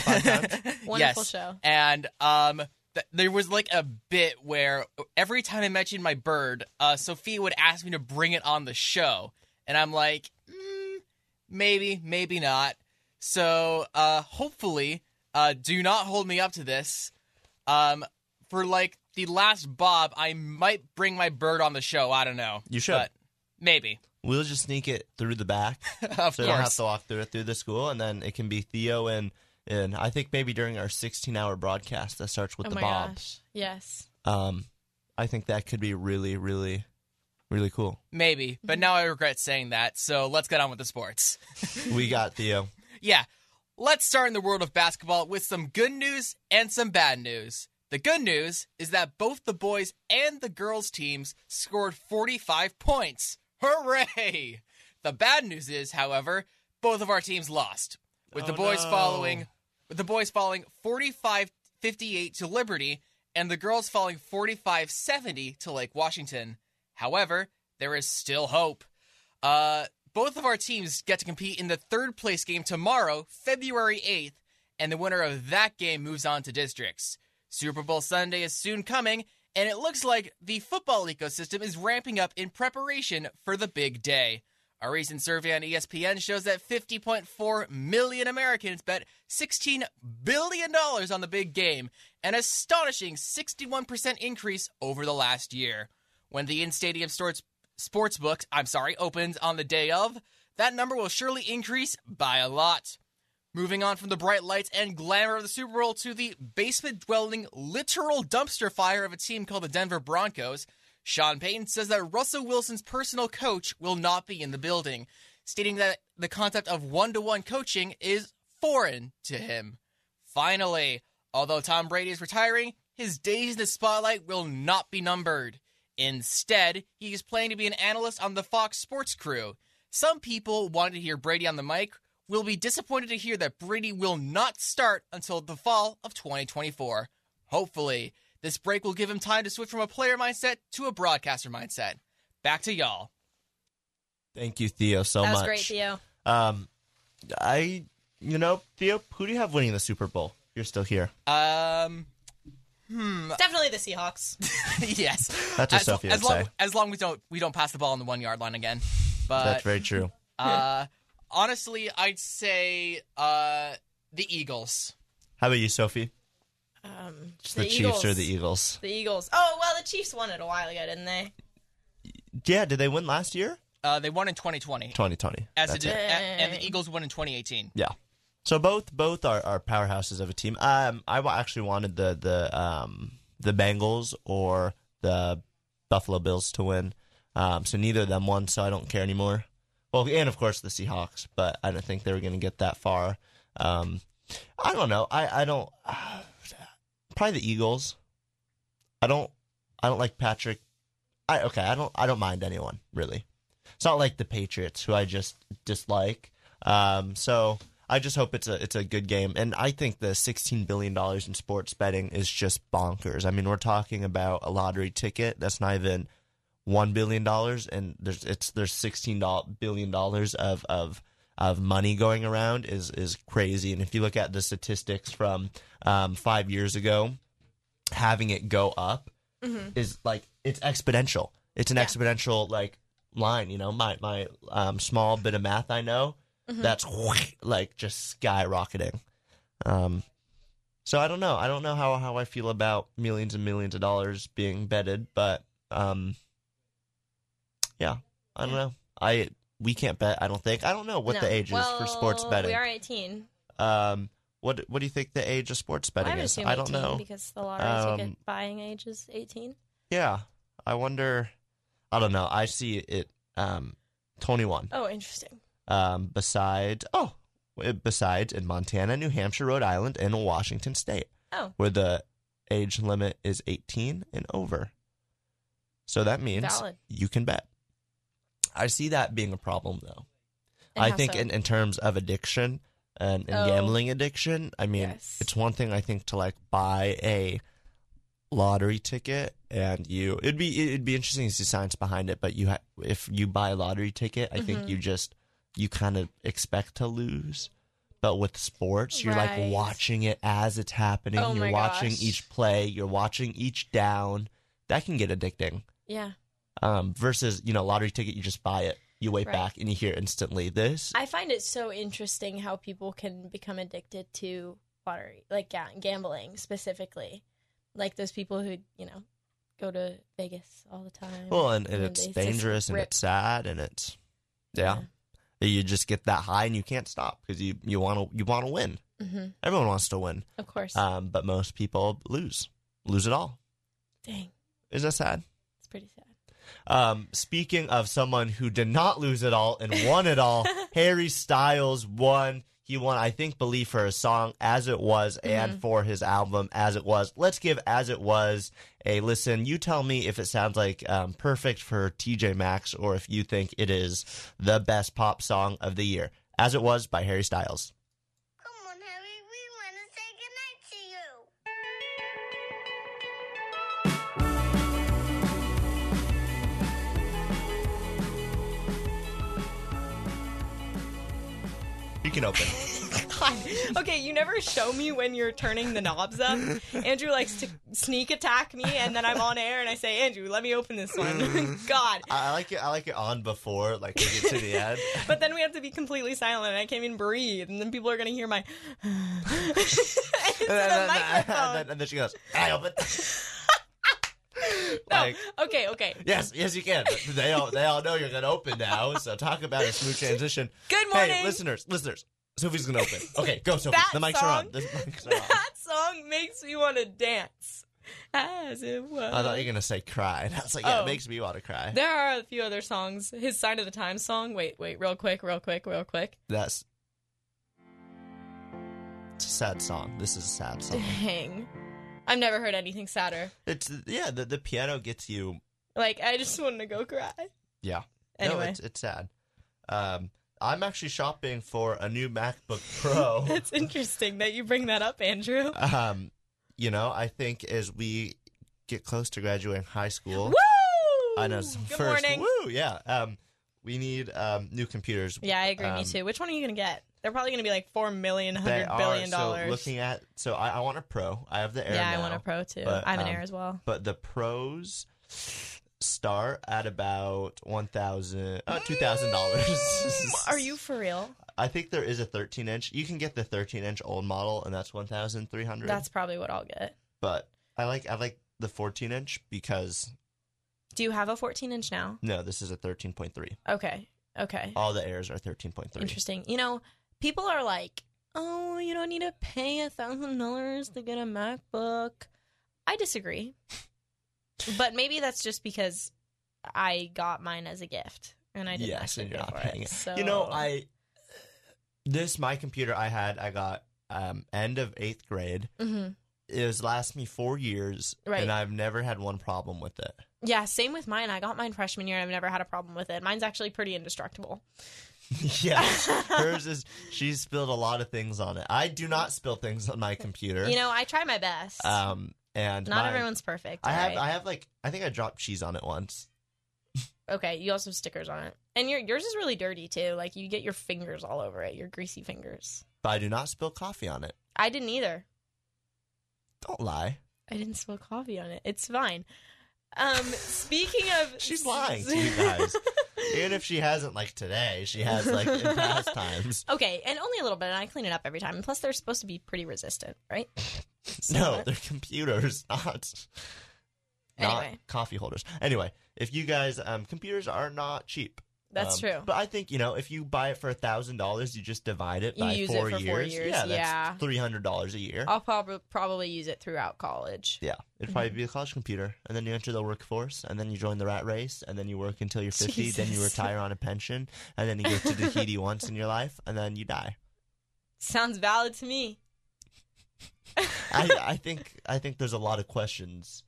S3: five times.
S2: Wonderful show.
S13: And um, th- there was like a bit where every time I mentioned my bird, uh, Sophia would ask me to bring it on the show, and I'm like, mm, maybe, maybe not. So uh, hopefully, uh, do not hold me up to this. Um, for like the last Bob, I might bring my bird on the show. I don't know.
S3: You should.
S13: But maybe.
S3: We'll just sneak it through the back,
S13: Of
S3: so you don't have
S13: course.
S3: to walk through it through the school, and then it can be Theo and and I think maybe during our 16-hour broadcast that starts with
S2: oh
S3: the
S2: my
S3: Bob.
S2: gosh. Yes.
S3: Um, I think that could be really, really, really cool.
S13: Maybe,
S2: Mm-hmm.
S13: but now I regret saying that. So let's get on with the sports.
S3: we got Theo.
S13: Yeah, let's start in the world of basketball with some good news and some bad news. The good news is that both the boys and the girls teams scored 45 points. Hooray! The bad news is, however, both of our teams lost. With the
S14: Oh,
S13: boys
S14: no.
S13: following with the boys falling 45-58 to Liberty and the girls falling 45-70 to Lake Washington. However, there is still hope. Uh, both of our teams get to compete in the third place game tomorrow, February 8th, and the winner of that game moves on to districts. Super Bowl Sunday is soon coming, and it looks like the football ecosystem is ramping up in preparation for the big day. A recent survey on E ESPN shows that 50.4 million Americans bet $16 billion on the big game, an astonishing 61% increase over the last year. When the in-stadium sports sportsbook, I'm sorry, opens on the day of, that number will surely increase by a lot. Moving on from the bright lights and glamour of the Super Bowl to the basement dwelling literal dumpster fire of a team called the Denver Broncos, Sean Payton says that Russell Wilson's personal coach will not be in the building, stating that the concept of one to one coaching is foreign to him. Finally, although Tom Brady is retiring, his days in the spotlight will not be numbered. Instead, he is planning to be an analyst on the Fox Sports crew. Some people wanted to hear Brady on the mic will be disappointed to hear that Brady will not start until the fall of 2024. Hopefully, this break will give him time to switch from a player mindset to a broadcaster mindset. Back to y'all.
S3: Thank you, Theo, so
S2: that
S3: much.
S2: was great, Theo.
S3: Um, I, you know, Theo, who do you have winning the Super Bowl? You're still here.
S13: Um, hmm.
S2: It's definitely the Seahawks.
S13: yes.
S3: That's what
S13: as,
S3: Sophie
S13: as
S3: would
S13: long
S3: say.
S13: as long we don't we don't pass the ball on the one yard line again. But
S3: That's very true.
S13: Uh, honestly, I'd say uh the Eagles.
S3: How about you, Sophie?
S2: Um,
S3: It's the Chiefs or the Eagles?
S2: The Eagles. Oh well, the Chiefs won it a while ago, didn't they?
S3: Yeah, did they win last year?
S13: Uh, they won in 2020.
S3: 2020.
S13: As it
S3: That's
S13: did,
S3: it.
S13: a- and the Eagles won in 2018.
S3: Yeah. So both both are, are powerhouses of a team. Um, I wa- actually wanted the the um the Bengals or the Buffalo Bills to win. Um, so neither of them won, so I don't care anymore. Well, and of course the Seahawks, but I didn't think they were going to get that far. Um, I don't know. I I don't probably the Eagles. I don't I don't like Patrick. I okay, I don't I don't mind anyone, really. It's not like the Patriots who I just dislike. Um so I just hope it's a it's a good game and I think the 16 billion dollars in sports betting is just bonkers. I mean, we're talking about a lottery ticket that's not even 1 billion dollars and there's it's there's 16 billion dollars of of of money going around is is crazy and if you look at the statistics from um 5 years ago having it go up
S2: Mm-hmm.
S14: Mhm.
S3: is like it's exponential. It's an exponential like line. You know, my my um, small bit of math I know
S2: Mm-hmm.
S14: Mhm.
S3: that's like just skyrocketing. Um, so I don't know. I don't know how how I feel about millions and millions of dollars being betted, but um, yeah, I don't know. I we can't bet. I don't think. I don't know what
S2: No.
S3: the age is for sports
S2: Well,
S3: betting.
S2: We are 18.
S3: Um, what what do you think the age of sports betting
S2: I would
S3: is?
S2: assume
S3: I don't
S2: 18
S3: know
S2: because the lottery
S3: Um,
S2: ticket buying age is 18.
S3: Yeah. I wonder I don't know. I see it um 21.
S2: Oh, interesting.
S3: Um besides oh eh, besides in Montana, New Hampshire, Rhode Island, and Washington State.
S2: Oh.
S3: Where the age limit is 18 and over. So that means
S14: Valid.
S3: you can bet. I see that being a problem though.
S14: And
S3: I
S14: how
S3: think
S14: so?
S3: in, in terms of addiction and, and
S14: Oh.
S3: gambling addiction, I mean,
S14: Yes.
S3: it's one thing I think to like buy a lottery ticket and you it'd be it'd be interesting to see science behind it but you ha- if you buy a lottery ticket i think
S2: Mm-hmm.
S14: Mhm.
S3: you just you kind of expect to lose but with sports you're
S14: Right.
S3: like watching it as it's happening
S2: Oh
S3: you're
S2: my
S3: watching
S2: gosh.
S3: each play you're watching each down that can get addicting
S2: Yeah.
S3: um versus you know lottery ticket you just buy it you wait
S2: Right.
S3: back and you hear instantly this
S2: I find it so interesting how people can become addicted to lottery, like ga- gambling specifically. Like those people who, you know, go to Vegas all the time.
S3: Well, and, and
S2: then
S3: it's
S2: they just
S3: dangerous and
S2: rip.
S3: it's sad and it's yeah. You just get that high and you can't stop because you you want to you want to win.
S2: Mhm.
S3: Everyone wants to win,
S2: Of course.
S3: um, but most people lose lose it all.
S2: Dang,
S3: Is that sad?
S2: it's pretty sad.
S3: Um, speaking of someone who did not lose it all and won it all, Harry Styles won. He won, I think, Believe for his song As It Was
S2: Mm-hmm.
S3: and for his album As It Was. Let's give As It Was a listen. You tell me if it sounds like um, perfect for TJ Maxx or if you think it is the best pop song of the year. As It Was by Harry Styles. You can open.
S2: God. Okay, you never show me when you're turning the knobs up. Andrew likes to sneak attack me, and then I'm on air and I say, Andrew, let me open this one.
S3: Mm.
S2: God.
S3: I I like it. I like it on before, like we get to the end.
S2: But then we have to be completely silent, and I can't even breathe, and then people are going to hear my.
S3: and, then, and, then, and then she goes, "I open." like,
S2: Okay, okay.
S3: Yes, yes, you can. But They all they all know you're gonna open now. So talk about a smooth transition.
S2: Good
S3: hey,
S2: morning.
S3: listeners, listeners. Sophie's gonna open. Okay, go, Sophie.
S2: That
S3: the mics are on. The mics are on.
S2: That song makes me want to dance. As it was.
S3: I thought you were gonna say cry, and I was like, yeah,
S2: Oh.
S3: it makes me want to cry.
S2: There are a few other songs. His Sign of the Times song. Wait, wait, real quick, real quick, real quick.
S3: That's it's a sad song. This is a sad song.
S2: Dang. I've never heard anything sadder.
S3: It's yeah, the the piano gets you.
S2: Like, I just want to go cry.
S3: Yeah. No,
S2: Anyway.
S3: it's it's sad. Um, I'm actually shopping for a new MacBook Pro.
S2: It's interesting that you bring that up, Andrew.
S3: um, you know, I think as we get close to graduating high school,
S2: Woo!
S3: I know it's
S2: Good
S3: first
S2: morning.
S3: woo, yeah. Um, We need um, new computers.
S2: Yeah, I agree.
S3: Um,
S2: me too. Which one are you going to get? They're probably going to be like four million,
S3: They
S2: hundred
S3: are
S2: billion
S3: so
S2: dollars.
S3: looking at. So I, I want a pro. I have the air.
S2: Yeah, I
S3: now, um,
S2: want a Pro, too. I have an Air as well.
S3: But the pros start at about one thousand, uh, two thousand dollars.
S2: are you for real?
S3: I think there is a thirteen inch. You can get the thirteen inch old model, and that's one thousand three hundred.
S2: That's probably what I'll get.
S3: But I like I like the fourteen inch because
S2: Do you have a 14 inch now?
S3: no, this is a thirteen point three.
S2: Okay. Okay.
S3: All the airs are thirteen point three.
S2: Interesting. You know, people are like, oh, you don't need to pay a thousand dollars to get a MacBook. I disagree. but maybe that's just because I got mine as a gift and I didn't
S3: yes,
S2: actually
S3: and you're
S2: pay
S3: not
S2: for
S3: paying it.
S2: it. So,
S3: You know, I this my computer I had I got um, end of eighth grade.
S2: Mhm.
S3: It has lasted me four years,
S2: Right.
S3: and I've never had one problem with it.
S2: Yeah, same with mine. I got mine freshman year and I've never had a problem with it. Mine's actually pretty indestructible.
S3: yeah, hers is she spilled a lot of things on it. I do not spill things on my computer.
S2: You know, I try my best.
S3: um, and
S2: Not
S3: my-
S2: everyone's perfect.
S3: I
S2: all
S3: have
S2: right?
S3: I have like I think I dropped cheese on it once.
S2: Okay, you also have stickers on it. And your yours is really dirty too. Like you get your fingers all over it, your greasy fingers.
S3: But I do not spill coffee on it.
S2: I didn't either.
S3: Don't lie.
S2: I didn't spill coffee on it. It's fine. Um speaking of
S3: She's lying to you guys. Even if she hasn't like today, she has like in past times.
S2: Okay, and only a little bit and I clean it up every time. And plus they're supposed to be pretty resistant, right?
S3: No, they're computers, not
S2: Anyway.
S3: not coffee holders. Anyway, if you guys um computers are not cheap.
S2: That's
S3: Um,
S2: true.
S3: But I think, you know, if you buy it for a thousand dollars, you just divide it
S2: You
S3: by
S2: use it
S3: four,
S2: for
S3: years.
S2: four years,
S3: Yeah,
S2: yeah.
S3: that's three hundred dollars a year.
S2: I'll probably probably use it throughout college.
S3: Yeah, it'd probably be a college computer, and then you enter the workforce, and then you join the rat race, and then you work until you're fifty, then you
S2: Jesus.
S3: retire on a pension, and then you go to Tahiti once in your life, and then you die.
S2: Sounds valid to me.
S3: I, I think I think there's a lot of questions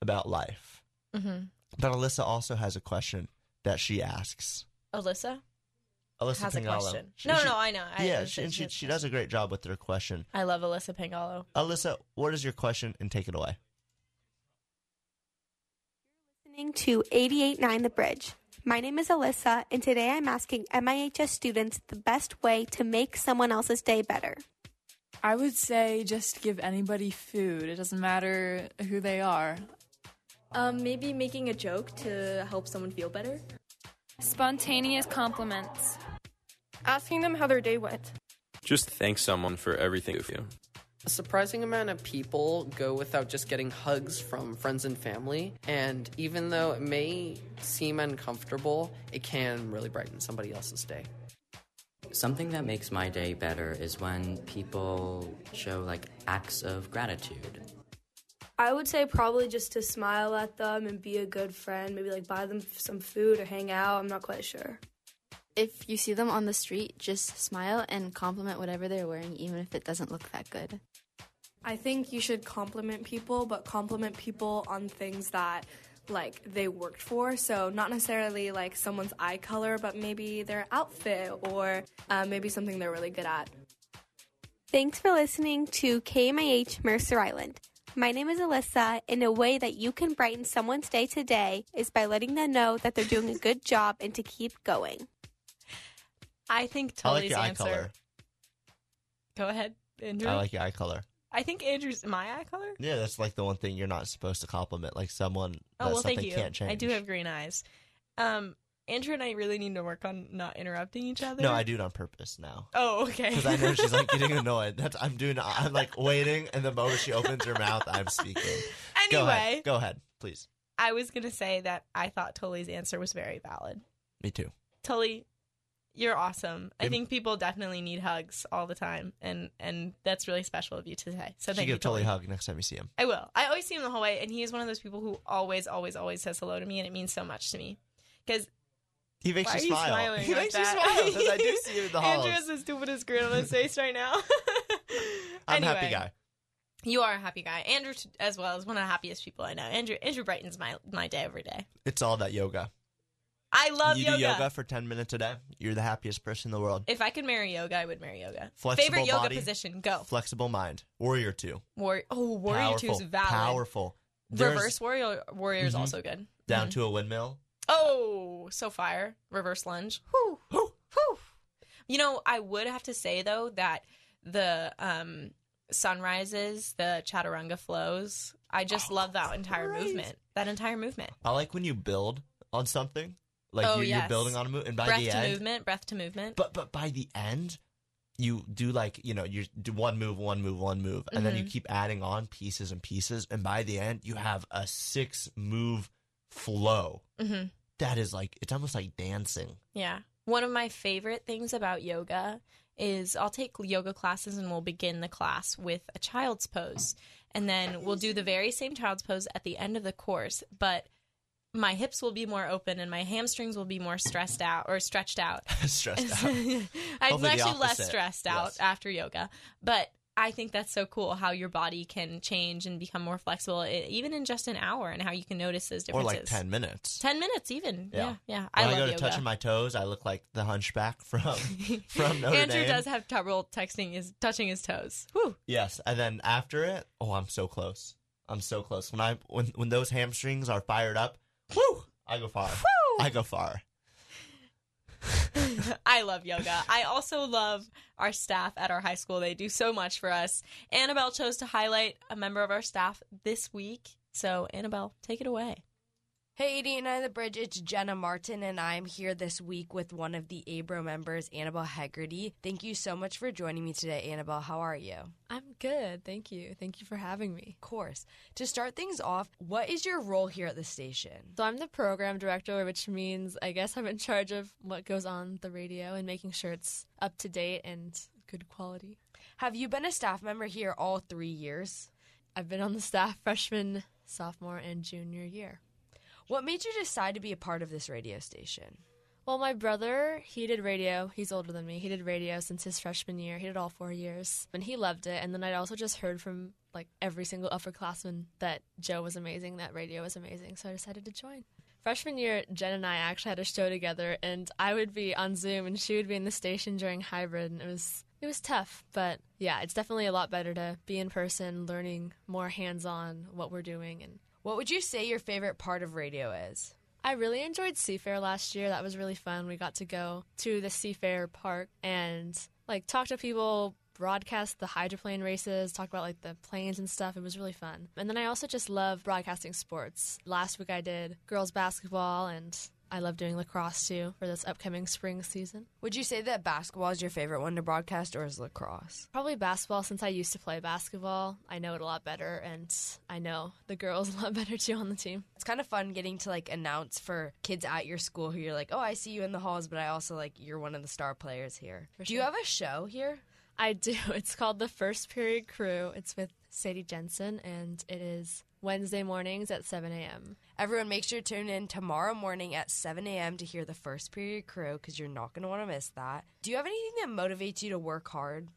S3: about life,
S2: Mm-hmm.
S3: but Alyssa also has a question that she asks.
S2: Alyssa?
S3: Alyssa
S2: Has a
S3: Pingala.
S2: question. No, no, I know. I-
S3: yeah,
S2: I
S3: she,
S2: said
S3: and
S2: she
S3: she
S2: has a
S3: she does a great job with her question.
S2: I love Alyssa Pangalo.
S3: Alyssa, what is your question? And take it away.
S14: listening to 889 The Bridge. My name is Alyssa, and today I'm asking MIHS students the best way to make someone else's day better.
S15: I would say just give anybody food. It doesn't matter who they are.
S16: Um, maybe making a joke to help someone feel better.
S10: Spontaneous compliments. Asking them how their day went.
S9: Just thank someone for everything you do.
S17: A surprising amount of people go without just getting hugs from friends and family, and even though it may seem uncomfortable, it can really brighten somebody else's day.
S18: Something that makes my day better is when people show like acts of gratitude.
S16: I would say probably just to smile at them and be a good friend, maybe like buy them some food or hang out. I'm not quite sure.
S19: If you see them on the street, just smile and compliment whatever they're wearing, even if it doesn't look that good.
S20: I think you should compliment people, but compliment people on things that like they worked for. So not necessarily like someone's eye color, but maybe their outfit or uh, maybe something they're really good at.
S14: Thanks for listening to KMIH Mercer Island. My name is Alyssa, and a way that you can brighten someone's day today is by letting them know that they're doing a good job and to keep going.
S2: I think
S3: I like
S2: Tully's
S3: your eye
S2: answer.
S3: color.
S2: Go ahead, Andrew.
S3: I like your eye color.
S2: I think Andrew's my eye color.
S3: Yeah, that's like the one thing you're not supposed to compliment, like someone
S2: Oh
S3: that
S2: well,
S3: something
S2: thank you.
S3: can't change.
S2: I do have green eyes. Um, Andrew and I really need to work on not interrupting each other.
S3: No, I do it on purpose now.
S2: Oh, okay.
S3: Because I know she's like getting annoyed. That's I'm doing. I'm like waiting, and the moment she opens her mouth, I'm speaking. go
S2: Anyway.
S3: ahead, go ahead, please.
S2: I was gonna say that I thought Tully's answer was very valid.
S3: Me too.
S2: Tully, you're awesome. I
S3: Give-
S2: think people definitely need hugs all the time, and and that's really special of you to say. So
S3: she
S2: thank
S3: give
S2: you,
S3: Tully a hug next time you see him.
S2: I will. I always see him the whole way, and he is one of those people who always, always, always says hello to me, and it means so much to me. Because
S3: He makes
S2: why
S3: you
S2: are
S3: smile.
S2: You smiling
S3: he
S2: like
S3: makes
S2: that?
S3: you smile because I do see him in the
S2: Andrew
S3: halls.
S2: has the stupidest grin on his face right now.
S3: I'm a happy
S2: Anyway,
S3: guy.
S2: You are a happy guy. Andrew, t- as well, is one of the happiest people I know. Andrew, Andrew brightens my my day every day.
S3: It's all that yoga.
S2: I love
S3: you
S2: yoga.
S3: do yoga for ten minutes a day. You're the happiest person in the world.
S2: If I could marry yoga, I would marry yoga.
S3: Flexible
S2: Favorite yoga
S3: body.
S2: position? Go.
S3: Flexible mind, warrior two.
S2: Warrior. Oh, warrior two
S3: powerful,
S2: is valid.
S3: Powerful. There's-
S2: Reverse warrior warrior is
S3: Mhm.
S2: also good.
S3: Down to a windmill.
S2: Oh, so fire. Reverse lunge. Whew. Whew. You know, I would have to say though that the um sunrises, the chaturanga flows, I just love that entire movement. That entire movement.
S3: I like when you build on something, like
S2: Oh,
S3: you,
S2: yes.
S3: you're building on a move, and by
S2: breath
S3: the
S2: to
S3: end,
S2: movement, breath to movement.
S3: but but by the end, you do like you know you do one move, one move, one move, and then you
S2: Mhm.
S3: keep adding on pieces and pieces, and by the end, you have a six move flow.
S2: hmm
S3: That is like it's almost like dancing.
S2: Yeah. One of my favorite things about yoga is I'll take yoga classes and we'll begin the class with a child's pose. And then we'll do the very same child's pose at the end of the course, but my hips will be more open and my hamstrings will be more stressed out or stretched out.
S3: Stressed out.
S2: I'm
S3: Hopefully the
S2: actually less
S3: opposite.
S2: stressed out after yoga. But I think that's so cool how your body can change and become more flexible, e- even in just an hour, and how you can notice those
S3: Or
S2: differences.
S3: like ten minutes.
S2: 10 minutes, even. Yeah. Yeah.
S3: When I,
S2: love
S3: go to
S2: yoga.
S3: touching my toes, I look like the hunchback from from Notre
S2: Andrew
S3: Dame.
S2: does have trouble texting his touching his toes. Whew.
S3: Yes, and then after it, oh, I'm so close. I'm so close. When I when when those hamstrings are fired up, whoo, I go far. I go far.
S2: I love yoga. I also love our staff at our high school. They do so much for us. Annabelle chose to highlight a member of our staff this week. So, Annabelle, take it away.
S21: Hey, 89 The Bridge, it's Jenna Martin, and I'm here this week with one of the ABRO members, Annabelle Haggerty. Thank you so much for joining me today, Annabelle. How are you?
S22: I'm good. Thank you. Thank you for having me.
S21: Of course. To start things off, what is your role here at the station?
S22: So I'm the program director, which means I guess I'm in charge of what goes on the radio and making sure it's up to date and good quality.
S21: Have you been a staff member here all three years?
S22: I've been on the staff freshman, sophomore, and junior year.
S21: What made you decide to be a part of this radio station?
S22: Well, my brother, he did radio. He's older than me. He did radio since his freshman year. He did all four years. And he loved it. And then I also just heard from like every single upperclassman that Joe was amazing, that radio was amazing. So I decided to join. Freshman year, Jen and I actually had a show together, and I would be on Zoom and she would be in the station during hybrid. And it was. It was tough, but yeah, it's definitely a lot better to be in person, learning more hands on what we're doing and
S21: What would you say your favorite part of radio is?
S22: I really enjoyed Seafair last year. That was really fun. We got to go to the Seafair Park and like talk to people, broadcast the hydroplane races, talk about like the planes and stuff. It was really fun. And then I also just love broadcasting sports. Last week I did girls basketball and I love doing lacrosse too for this upcoming spring season.
S21: Would you say that basketball is your favorite one to broadcast or is lacrosse?
S22: Probably basketball since I used to play basketball. I know it a lot better and I know the girls a lot better too on the team.
S21: It's kind of fun getting to like announce for kids at your school who you're like, oh, I see you in the halls, but I also like you're one of the star players here. Do you have a show here?
S22: I do. It's called The First Period Crew. It's with Sadie Jensen, and it is Wednesday mornings at 7 a.m.
S21: Everyone, make sure to tune in tomorrow morning at 7 a.m. to hear the first period crew because you're not going to want to miss that. Do you have anything that motivates you to work hard?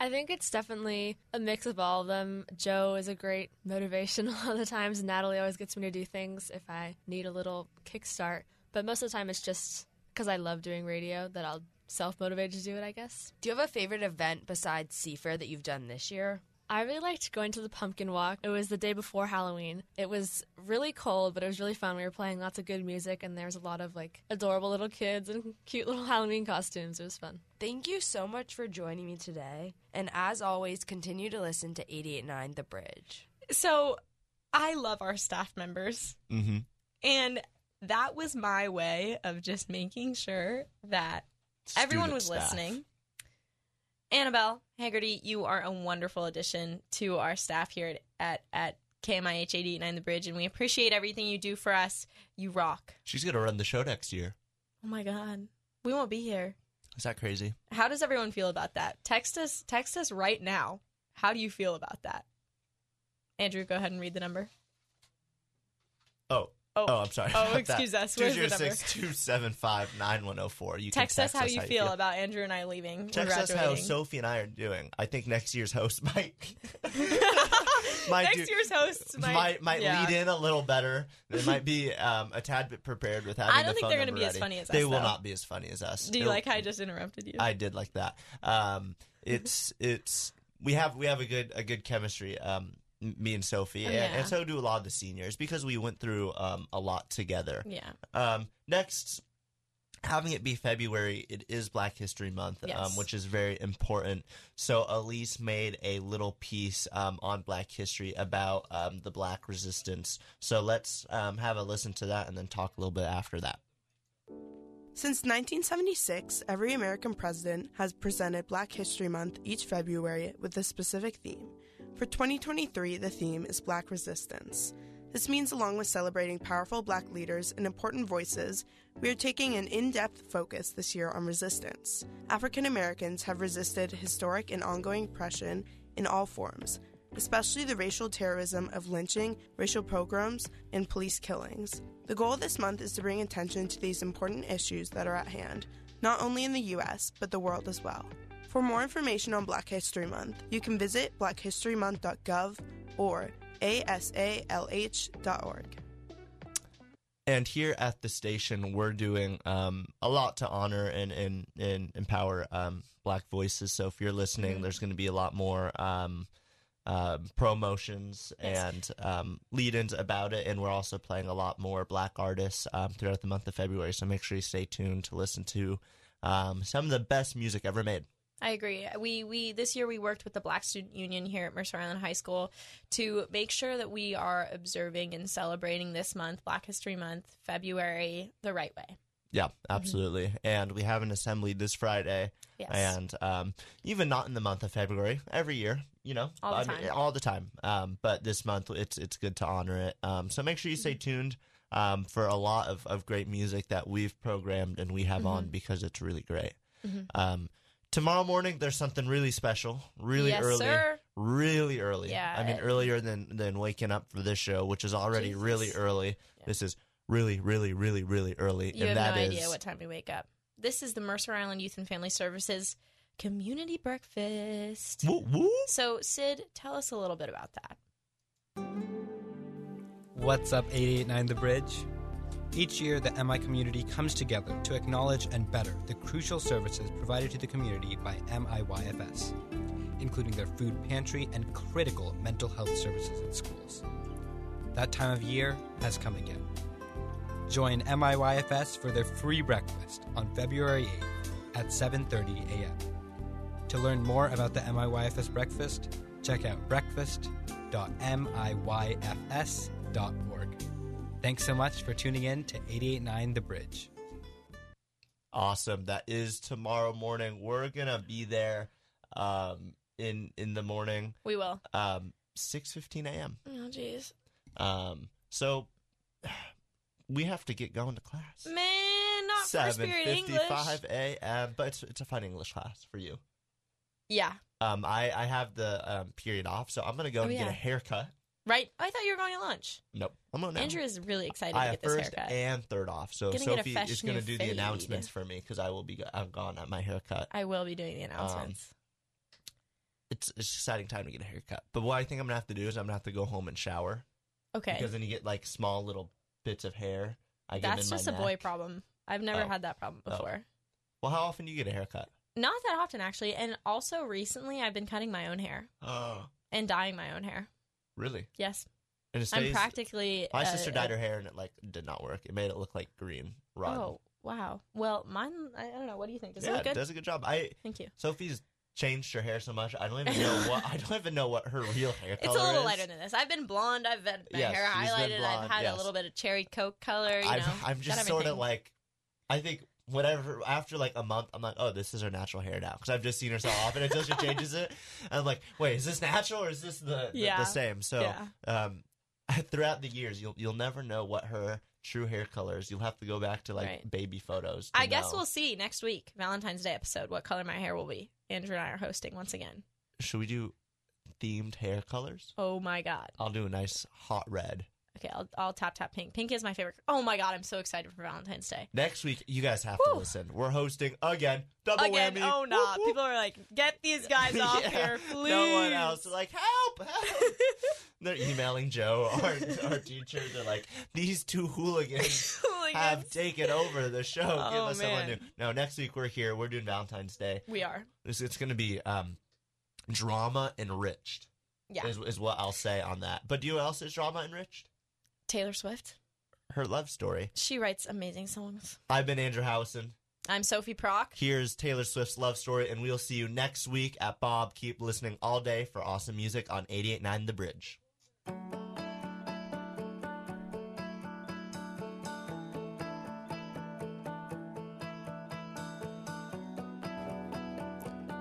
S22: I think it's definitely a mix of all of them. Joe is a great motivation a lot of the times. Natalie always gets me to do things if I need a little kickstart. But most of the time, it's just because I love doing radio that I'll self motivate to do it, I guess.
S21: Do you have a favorite event besides Seafair that you've done this year?
S22: I really liked going to the pumpkin walk. It was the day before Halloween. It was really cold, but it was really fun. We were playing lots of good music, and there was a lot of like adorable little kids and cute little Halloween costumes. It was fun.
S21: Thank you so much for joining me today. And as always, continue to listen to 889 The Bridge.
S2: So, I love our staff members.
S3: Mm-hmm.
S2: And that was my way of just making sure that everyone
S23: Student
S2: was
S23: staff.
S2: listening. Annabelle Haggerty, you are a wonderful addition to our staff here at at, at KMIH 889 The Bridge, and we appreciate everything you do for us. You rock.
S3: She's gonna run the show next year.
S2: Oh my god, we won't be here.
S3: Is that crazy?
S2: How does everyone feel about that? Text us. Text us right now. How do you feel about that? Andrew, go ahead and read the number.
S3: Oh.
S2: Oh.
S3: oh, I'm sorry.
S2: Oh, excuse us. What is the number?
S3: 206-275-9104. You can
S2: text, us how you feel about Andrew and I leaving. and
S3: Text us how
S2: graduating.
S3: Sophie and I are doing. I think next year's host might might
S2: Next
S3: do-
S2: year's hosts might,
S3: might might,
S2: yeah.
S3: lead in a little better. They might be um, a tad bit prepared with having.
S2: I don't
S3: the
S2: think
S3: phone
S2: they're gonna
S3: number
S2: be as
S3: ready.
S2: funny as
S3: They
S2: us,
S3: will
S2: though.
S3: not be as funny as us.
S2: Do you
S3: It'll-
S2: like how I just interrupted you?
S3: I did like that. Um, it's it's we have we have a good a good chemistry. Um, m- me and Sophie,
S2: Oh,
S3: and,
S2: yeah.
S3: and so do a lot of the seniors because we went through um, a lot together.
S2: Yeah.
S3: Um, next, having it be February, it is Black History Month, um,
S2: Yes.
S3: which is very important. So Elise made a little piece um, on Black history about um, the Black resistance. So let's um, have a listen to that and then talk a little bit after that.
S1: Since 1976, every American president has presented Black History Month each February with a specific theme. For 2023, the theme is Black Resistance. This means, along with celebrating powerful Black leaders and important voices, we are taking an in depth focus this year on resistance. African Americans have resisted historic and ongoing oppression in all forms, especially the racial terrorism of lynching, racial pogroms, and police killings. The goal this month is to bring attention to these important issues that are at hand, not only in the U.S., but the world as well. For more information on Black History Month, you can visit blackhistorymonth.gov or asalh.org.
S3: and here at the station we're doing um, a lot to honor and and, and empower um, black voices so if you're listening there's going to be a lot more um, uh, promotions and um, lead-ins about it and we're also playing a lot more black artists um, throughout the month of february so make sure you stay tuned to listen to um, some of the best music ever made
S2: I agree. We we this year we worked with the Black Student Union here at Mercer Island High School to make sure that we are observing and celebrating this month, Black History Month, February, the right way.
S3: Yeah, absolutely. And we have an assembly this Friday.
S2: Mm-hmm. Yes.
S3: And um, even not in the month of February, every year, you know,
S2: All the
S3: I mean,
S2: time.
S3: all the time. Um, but this month, it's it's good to honor it. Um, so make sure you stay
S2: Mm-hmm.
S3: tuned um, for a lot of, of great music that we've programmed and we have on
S2: Mm-hmm.
S4: Mhm.
S3: because it's really great.
S4: Mhm.
S3: Um, tomorrow morning, there's something really special, really
S4: Yes,
S3: early,
S4: sir.
S3: really early.
S4: Yeah,
S3: I mean,
S4: it-
S3: earlier than than waking up for this show, which is already really
S2: Jesus.
S3: early. This is really, really, really, really early,
S2: You
S3: and
S2: have
S3: that
S2: no
S3: is.
S2: idea what time we wake up. This is the Mercer Island Youth and Family Services Community Breakfast. So, Sid, tell us a little bit about that.
S23: What's up, 889 The Bridge? Each year, the MI community comes together to acknowledge and better the crucial services provided to the community by MIYFS, including their food pantry and critical mental health services in schools. That time of year has come again. Join MIYFS for their free breakfast on February 8th at 7:30 a.m. To learn more about the MIYFS breakfast, check out breakfast.miyfs.org. Thanks so much for tuning in to 889 The Bridge.
S3: Awesome. That is tomorrow morning. We're gonna be there um in in the morning.
S2: We will.
S3: Um six fifteen AM.
S2: Oh, jeez.
S3: Um so we have to get going to class.
S2: Man, not first period English.
S3: AM. But it's it's a fun English class for you.
S2: Yeah,
S3: Um I, I have the um period off, so I'm gonna go
S2: Oh,
S3: and get
S2: yeah.
S3: a haircut.
S2: right? Oh, I thought you were going to lunch.
S3: Nope. I'm going now.
S2: Andrew is really excited
S3: Oh, I
S2: to
S3: have
S2: get this
S3: first
S2: haircut.
S3: and third off, so
S2: Gonna get a
S3: Sophie
S2: fresh
S3: is going to
S2: new
S3: do the
S2: fade.
S3: announcements for me because I will be go- I'm gone at my haircut.
S2: I will be doing the
S3: Um,
S2: announcements.
S3: it's it's exciting time to get a haircut. But what I think I'm gonna have to do is I'm gonna have to go home and shower.
S2: Okay.
S3: Because then you get like small little bits of hair. Um, I get 'em
S2: That's
S3: in my
S2: just a boy
S3: neck.
S2: problem. I've never
S3: Oh.
S2: had that problem
S3: Oh.
S2: before.
S3: Well, how often do you get a haircut?
S2: Not that often, actually. And also recently, I've been cutting my own hair
S3: Oh,
S2: and dyeing my own hair.
S3: really?
S2: Yes.
S3: And it
S2: I'm
S3: stays-
S2: practically.
S3: My
S2: uh,
S3: sister dyed
S2: uh,
S3: her hair and it like did not work. It made it look like green rotten.
S2: Oh, wow. Well, mine, I I don't know. What do you think? Does
S3: yeah,
S2: it look good?
S3: does a good job. I
S2: Thank you.
S3: Sophie's changed her hair so much. I don't even know what I don't even know what her real hair
S2: It's
S3: color
S2: a little
S3: is.
S2: lighter than this. I've been blonde. I've had my
S3: Yes,
S2: hair
S3: she's been
S2: highlighted. I've
S3: blonde,
S2: had
S3: yes.
S2: a little bit of cherry coke color. You
S3: I'm,
S2: know,
S3: I'm
S2: Got
S3: just sort of
S2: everything.
S3: like, I think whatever after like a month, I'm like, oh, this is her natural hair now because I've just seen her so often until she changes it. And I'm like, wait, is this natural or is this the the,
S4: Yeah.
S3: the same? So,
S4: Yeah.
S3: um, throughout the years, you'll you'll never know what her true hair color is. You'll have to go back to like
S2: Right.
S3: baby photos. to
S2: I guess
S3: know.
S2: we'll see next week, Valentine's Day episode, what color my hair will be. Andrew and I are hosting once again.
S3: Should we do themed hair colors?
S2: Oh my god.
S3: I'll do a nice hot red.
S2: Okay, I'll, I'll tap tap pink. Pink is my favorite. Oh my god, I'm so excited for Valentine's Day.
S3: Next week, you guys have to
S2: Whew.
S3: listen. We're hosting again, double
S2: Again,
S3: whammy.
S2: oh no! People are like, get these guys off
S3: Yeah.
S2: here, please.
S3: No one else. They're like, help, help. They're emailing Joe, our, our teacher. They're like, these two hooligans, have taken over the show. Give
S2: Oh,
S3: us someone new.
S2: man.
S3: No, next week we're here. We're doing Valentine's Day.
S2: We are.
S3: It's, it's going to be um, drama enriched.
S2: Yeah.
S3: Is, is what I'll say on that. But do you know what else is drama enriched?
S2: Taylor Swift.
S3: Her love story.
S2: She writes amazing songs.
S3: I've been Andrew Howison.
S2: I'm Sophie Prock.
S3: Here's Taylor Swift's love story, and we'll see you next week at Bob. Keep listening all day for awesome music on 889 The Bridge.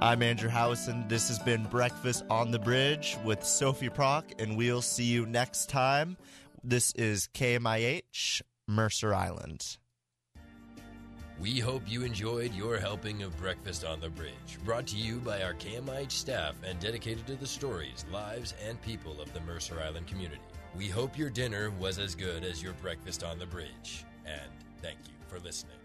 S3: I'm Andrew Howison. This has been Breakfast on the Bridge with Sophie Prock, and we'll see you next time. This is KMIH, Mercer Island.
S24: We hope you enjoyed your helping of Breakfast on the Bridge, brought to you by our KMIH staff and dedicated to the stories, lives, and people of the Mercer Island community. We hope your dinner was as good as your breakfast on the bridge, and thank you for listening.